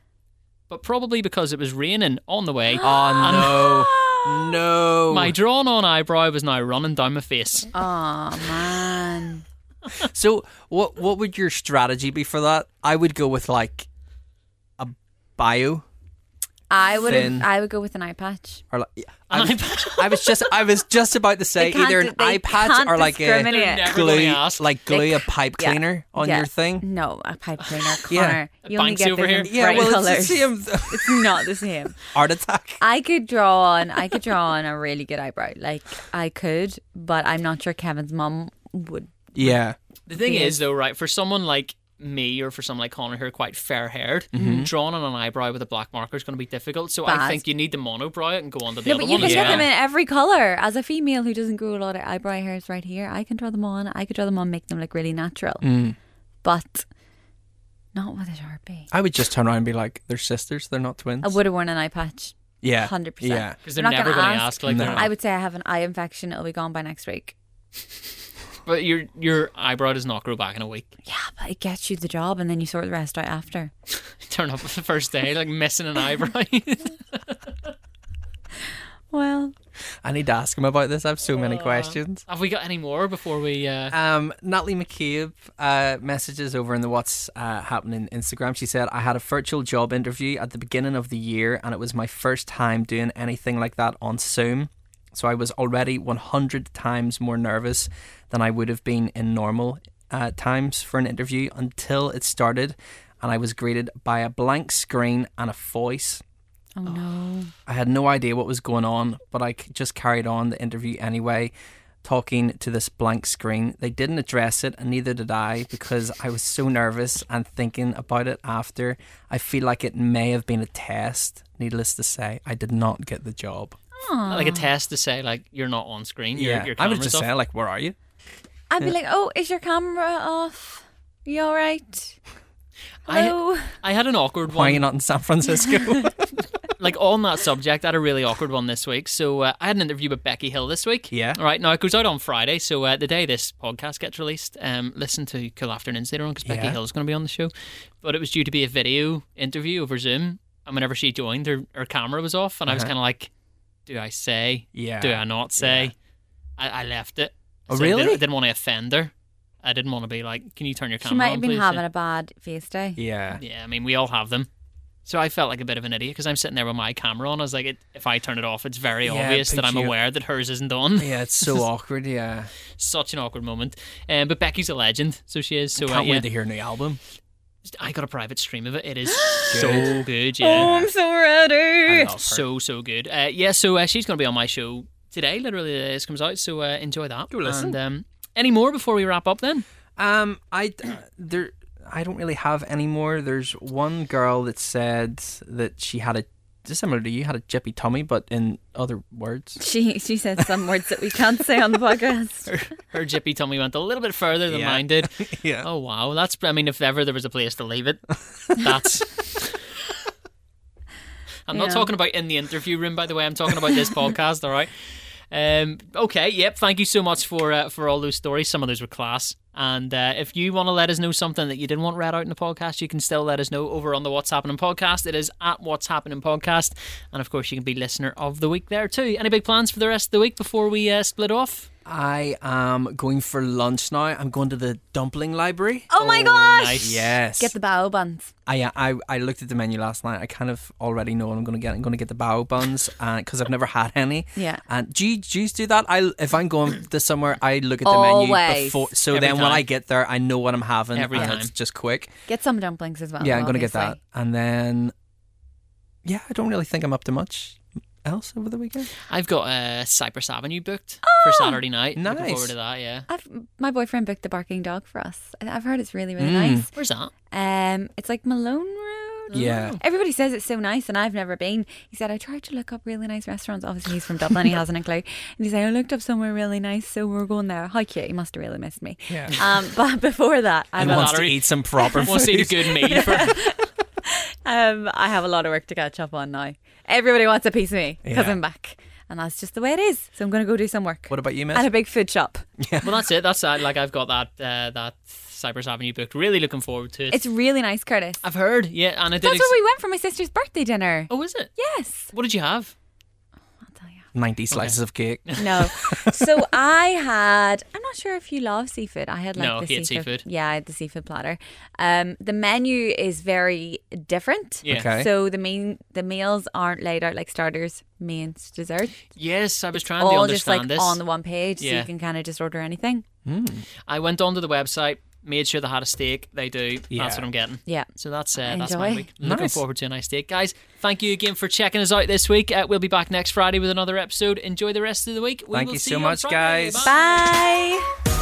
S1: but probably because it was raining on the way.
S3: Oh no. No.
S1: My drawn on eyebrow was now running down my face.
S2: Oh man.
S3: so what what would your strategy be for that? I would go with like a bio
S2: I would
S3: Thin.
S2: have, I would go with an eye patch.
S3: or like
S1: An
S3: I was,
S1: eye patch.
S3: I was just I was just about to say
S2: They can't
S3: either
S2: di-
S3: an
S2: they
S3: eye patch
S2: can't
S3: or like a
S2: discriminate.
S1: They're never
S3: glue
S1: gonna ask.
S3: like glue a
S2: c-
S3: pipe
S2: yeah.
S3: cleaner on
S2: Yeah.
S3: your thing.
S2: No, a pipe cleaner,
S3: Yeah.
S2: Connor. You only
S1: Banks
S2: get
S1: over
S2: over
S1: here.
S2: here.
S3: Yeah,
S2: bright
S3: well
S2: colors.
S3: it's the same
S2: It's not the same.
S3: heart attack.
S2: I could draw on. I could draw on a really good eyebrow. Like I could, but I'm not sure Kevin's mum would.
S3: Yeah.
S1: The thing
S2: Yeah.
S1: is, though, right, for someone like me or for someone like Connor who are quite fair haired,
S3: Mm-hmm.
S1: drawing on an eyebrow with a black marker is going to be difficult. So I
S2: Bad.
S1: think you need to monobrow it and go on to the
S2: No,
S1: other
S2: but you
S1: one.
S2: can
S1: as
S2: get
S1: well.
S2: them in every color. As a female who doesn't grow a lot of eyebrow hairs right here, I can draw them on. I could draw them on, make them look really natural,
S3: Mm.
S2: but not with a sharpie.
S3: I would just turn around and be like, they're sisters, they're not twins.
S2: I would have worn an eye patch.
S3: Yeah.
S2: 100%.
S3: Uh, Yeah.
S1: Because they're
S2: We're not
S1: never
S2: gonna
S1: going to
S2: ask.
S1: ask. Like,
S3: No.
S1: they're
S2: I would say I have an eye infection. It'll be gone by next week.
S1: but your your eyebrow does not grow back in a week.
S2: Yeah, but it gets you the job, and then you sort the rest out after.
S1: Turn up the first day like missing an eyebrow.
S2: Well,
S3: I need to ask him about this. I have so many questions.
S1: Have we got any more before we? Uh...
S3: Um, Natalie McCabe uh, messages over in the What's uh, Happening Instagram. She said, I had a virtual job interview at the beginning of the year, and it was my first time doing anything like that on Zoom. So I was already 100 times more nervous than I would have been in normal uh, times for an interview until it started, and I was greeted by a blank screen and a voice.
S2: oh no.
S3: I had no idea what was going on, but I c- just carried on the interview anyway, talking to this blank screen. They didn't address it, and neither did I, because I was so nervous and thinking about it after. I feel like it may have been a test. Needless to say, I did not get the job.
S1: Like a test to say like you're not on screen. your- your
S3: I would
S1: camera's
S3: just
S1: off.
S3: say like, "Where are you?"
S2: I'd be like, oh, is your camera off? You all right?
S1: I,
S2: Hello.
S1: I had an awkward
S3: Why are
S1: one.
S3: you not in San Francisco?
S1: like on that subject, I had a really awkward one this week. So uh, I had an interview with Becky Hill this week.
S3: Yeah.
S1: All right. Now it goes out on Friday. So uh, the day this podcast gets released, um, listen to Cool Afternoons later on because Becky
S3: Yeah.
S1: Hill is going to be on the show. But it was due to be a video interview over Zoom. And whenever she joined, her, her camera was off. And I was
S3: Uh-huh.
S1: kind of like, do I say?
S3: yeah.
S1: Do I not say? I, I left it.
S3: Oh,
S1: So I didn't- I
S3: really?
S1: didn't, want to offend her. I didn't want to be like, can you turn your camera
S2: She might
S1: on,
S2: have been
S1: please?
S2: having a bad face day.
S3: Yeah.
S1: Yeah, I mean, we all have them. So I felt like a bit of an idiot because I'm sitting there with my camera on. I was like, it, if I turn it off, it's very
S3: Yeah,
S1: obvious that I'm
S3: picture-
S1: aware that hers isn't on.
S3: Yeah, it's so awkward. Yeah,
S1: Such an awkward moment. Um, but Becky's a legend, so she is. So uh,
S3: can't
S1: yeah.
S3: wait to hear a new album.
S1: I got a private stream of it. It is so
S3: Good.
S1: good.
S2: Oh,
S1: Yeah,
S2: I'm so ready.
S1: so so good. Uh, yeah, so uh, she's going to be on my show today. Literally, uh, this comes out. So uh, enjoy that.
S3: Go listen.
S1: And, um, any more before we wrap up? Then
S3: Um, I there, I don't really have any more. There's one girl that said that she had a just similar to you had a jippy tummy, but in other words.
S2: She she said some words that we can't say on the podcast.
S1: her jippy tummy went a little bit further than
S3: Yeah.
S1: mine did.
S3: Yeah.
S1: Oh wow, that's. I mean, if ever there was a place to leave it, that's. I'm not
S2: Yeah.
S1: talking about in the interview room, by the way. I'm talking about this podcast. All right. Um, okay. Yep. Thank you so much for uh, for all those stories. Some of those were class. And uh, if you want to let us know something that you didn't want read out in the podcast, you can still let us know over on the What's Happening podcast. It is at What's Happening podcast, and of course you can be listener of the week there too. Any big plans for the rest of the week before we uh, split off?
S3: I am going for lunch now. I'm going to the dumpling library.
S2: Oh my gosh!
S1: nice.
S3: Yes.
S2: Get the bao buns.
S3: I, uh, I I looked at the menu last night. I kind of already know what I'm going to get. I'm going to get the bao buns because I've never had any.
S2: Yeah.
S3: And do you, do you do that? I if I'm going to somewhere, I look at the menu
S2: Always.
S3: before. So
S1: Every
S3: then when
S1: time.
S3: I get there, I know what I'm having.
S1: Every
S3: and
S1: time.
S3: it's just quick.
S2: Get some dumplings as well.
S3: yeah, I'm going to get that.
S2: obviously.
S3: And then, yeah, I don't really think I'm up to much else over the weekend.
S1: I've got uh, Cypress Avenue booked
S2: Oh,
S1: for Saturday night. Looking
S3: nice.
S1: forward to that. Yeah.
S2: I've, my boyfriend booked the barking dog for us. I- I've heard it's really really
S3: Mm.
S2: nice.
S1: Where's that?
S2: Um, it's like Malone Road.
S3: Yeah.
S2: Everybody says it's so nice, and I've never been. He said I tried to look up really nice restaurants. Obviously, he's from Dublin; he hasn't a clue. And he said I looked up somewhere really nice, so we're going there. How cute! He must have really missed me.
S3: Yeah.
S2: Um, but before that, I
S3: And
S1: Well,
S2: will
S3: wants to
S1: Lottery.
S3: eat some proper
S1: Wants to eat a
S3: food.
S1: good meal for
S2: Um, I have a lot of work to catch up on now. Everybody wants a piece of me because
S3: Yeah.
S2: I'm back, and that's just the way it is. So I'm going to go do some work
S3: What about you,
S2: at
S3: Miss?
S2: a big food shop.
S1: Well, that's it. That's uh, like I've got that uh, that Cypress Avenue booked. Really looking forward to it.
S2: It's really nice, Curtis.
S1: I've heard, yeah, and I did.
S2: That's
S1: ex-
S2: where we went for my sister's birthday dinner.
S1: oh, is it?
S2: Yes.
S1: What did you have?
S2: I'll tell you.
S3: Ninety slices of cake.
S2: No. so I had. I'm not sure if you love seafood. I had like
S1: No,
S2: the
S1: he had
S2: seafood.
S1: seafood.
S2: Yeah, I had the seafood platter. Um, the menu is very different.
S1: Yeah.
S3: Okay.
S2: So the main the meals aren't laid out like starters, mains, dessert.
S1: Yes, I was trying to
S2: all just
S1: understand
S2: like
S1: this.
S2: on the one page, so
S1: Yeah.
S2: you can kind of just order anything.
S1: I went onto the website, made sure they had a steak. They do.
S3: Yeah.
S1: That's what I'm getting.
S2: Yeah.
S1: So that's uh, that's my
S2: Enjoy.
S1: week. Looking
S3: Nice.
S1: forward to a nice steak, guys. Thank you again for checking us out this week. Uh, we'll be back next Friday with another episode. Enjoy the rest of the week. We
S3: Thank
S1: will
S3: you
S1: see
S3: so
S1: on
S3: much,
S1: Friday.
S3: guys.
S2: Bye.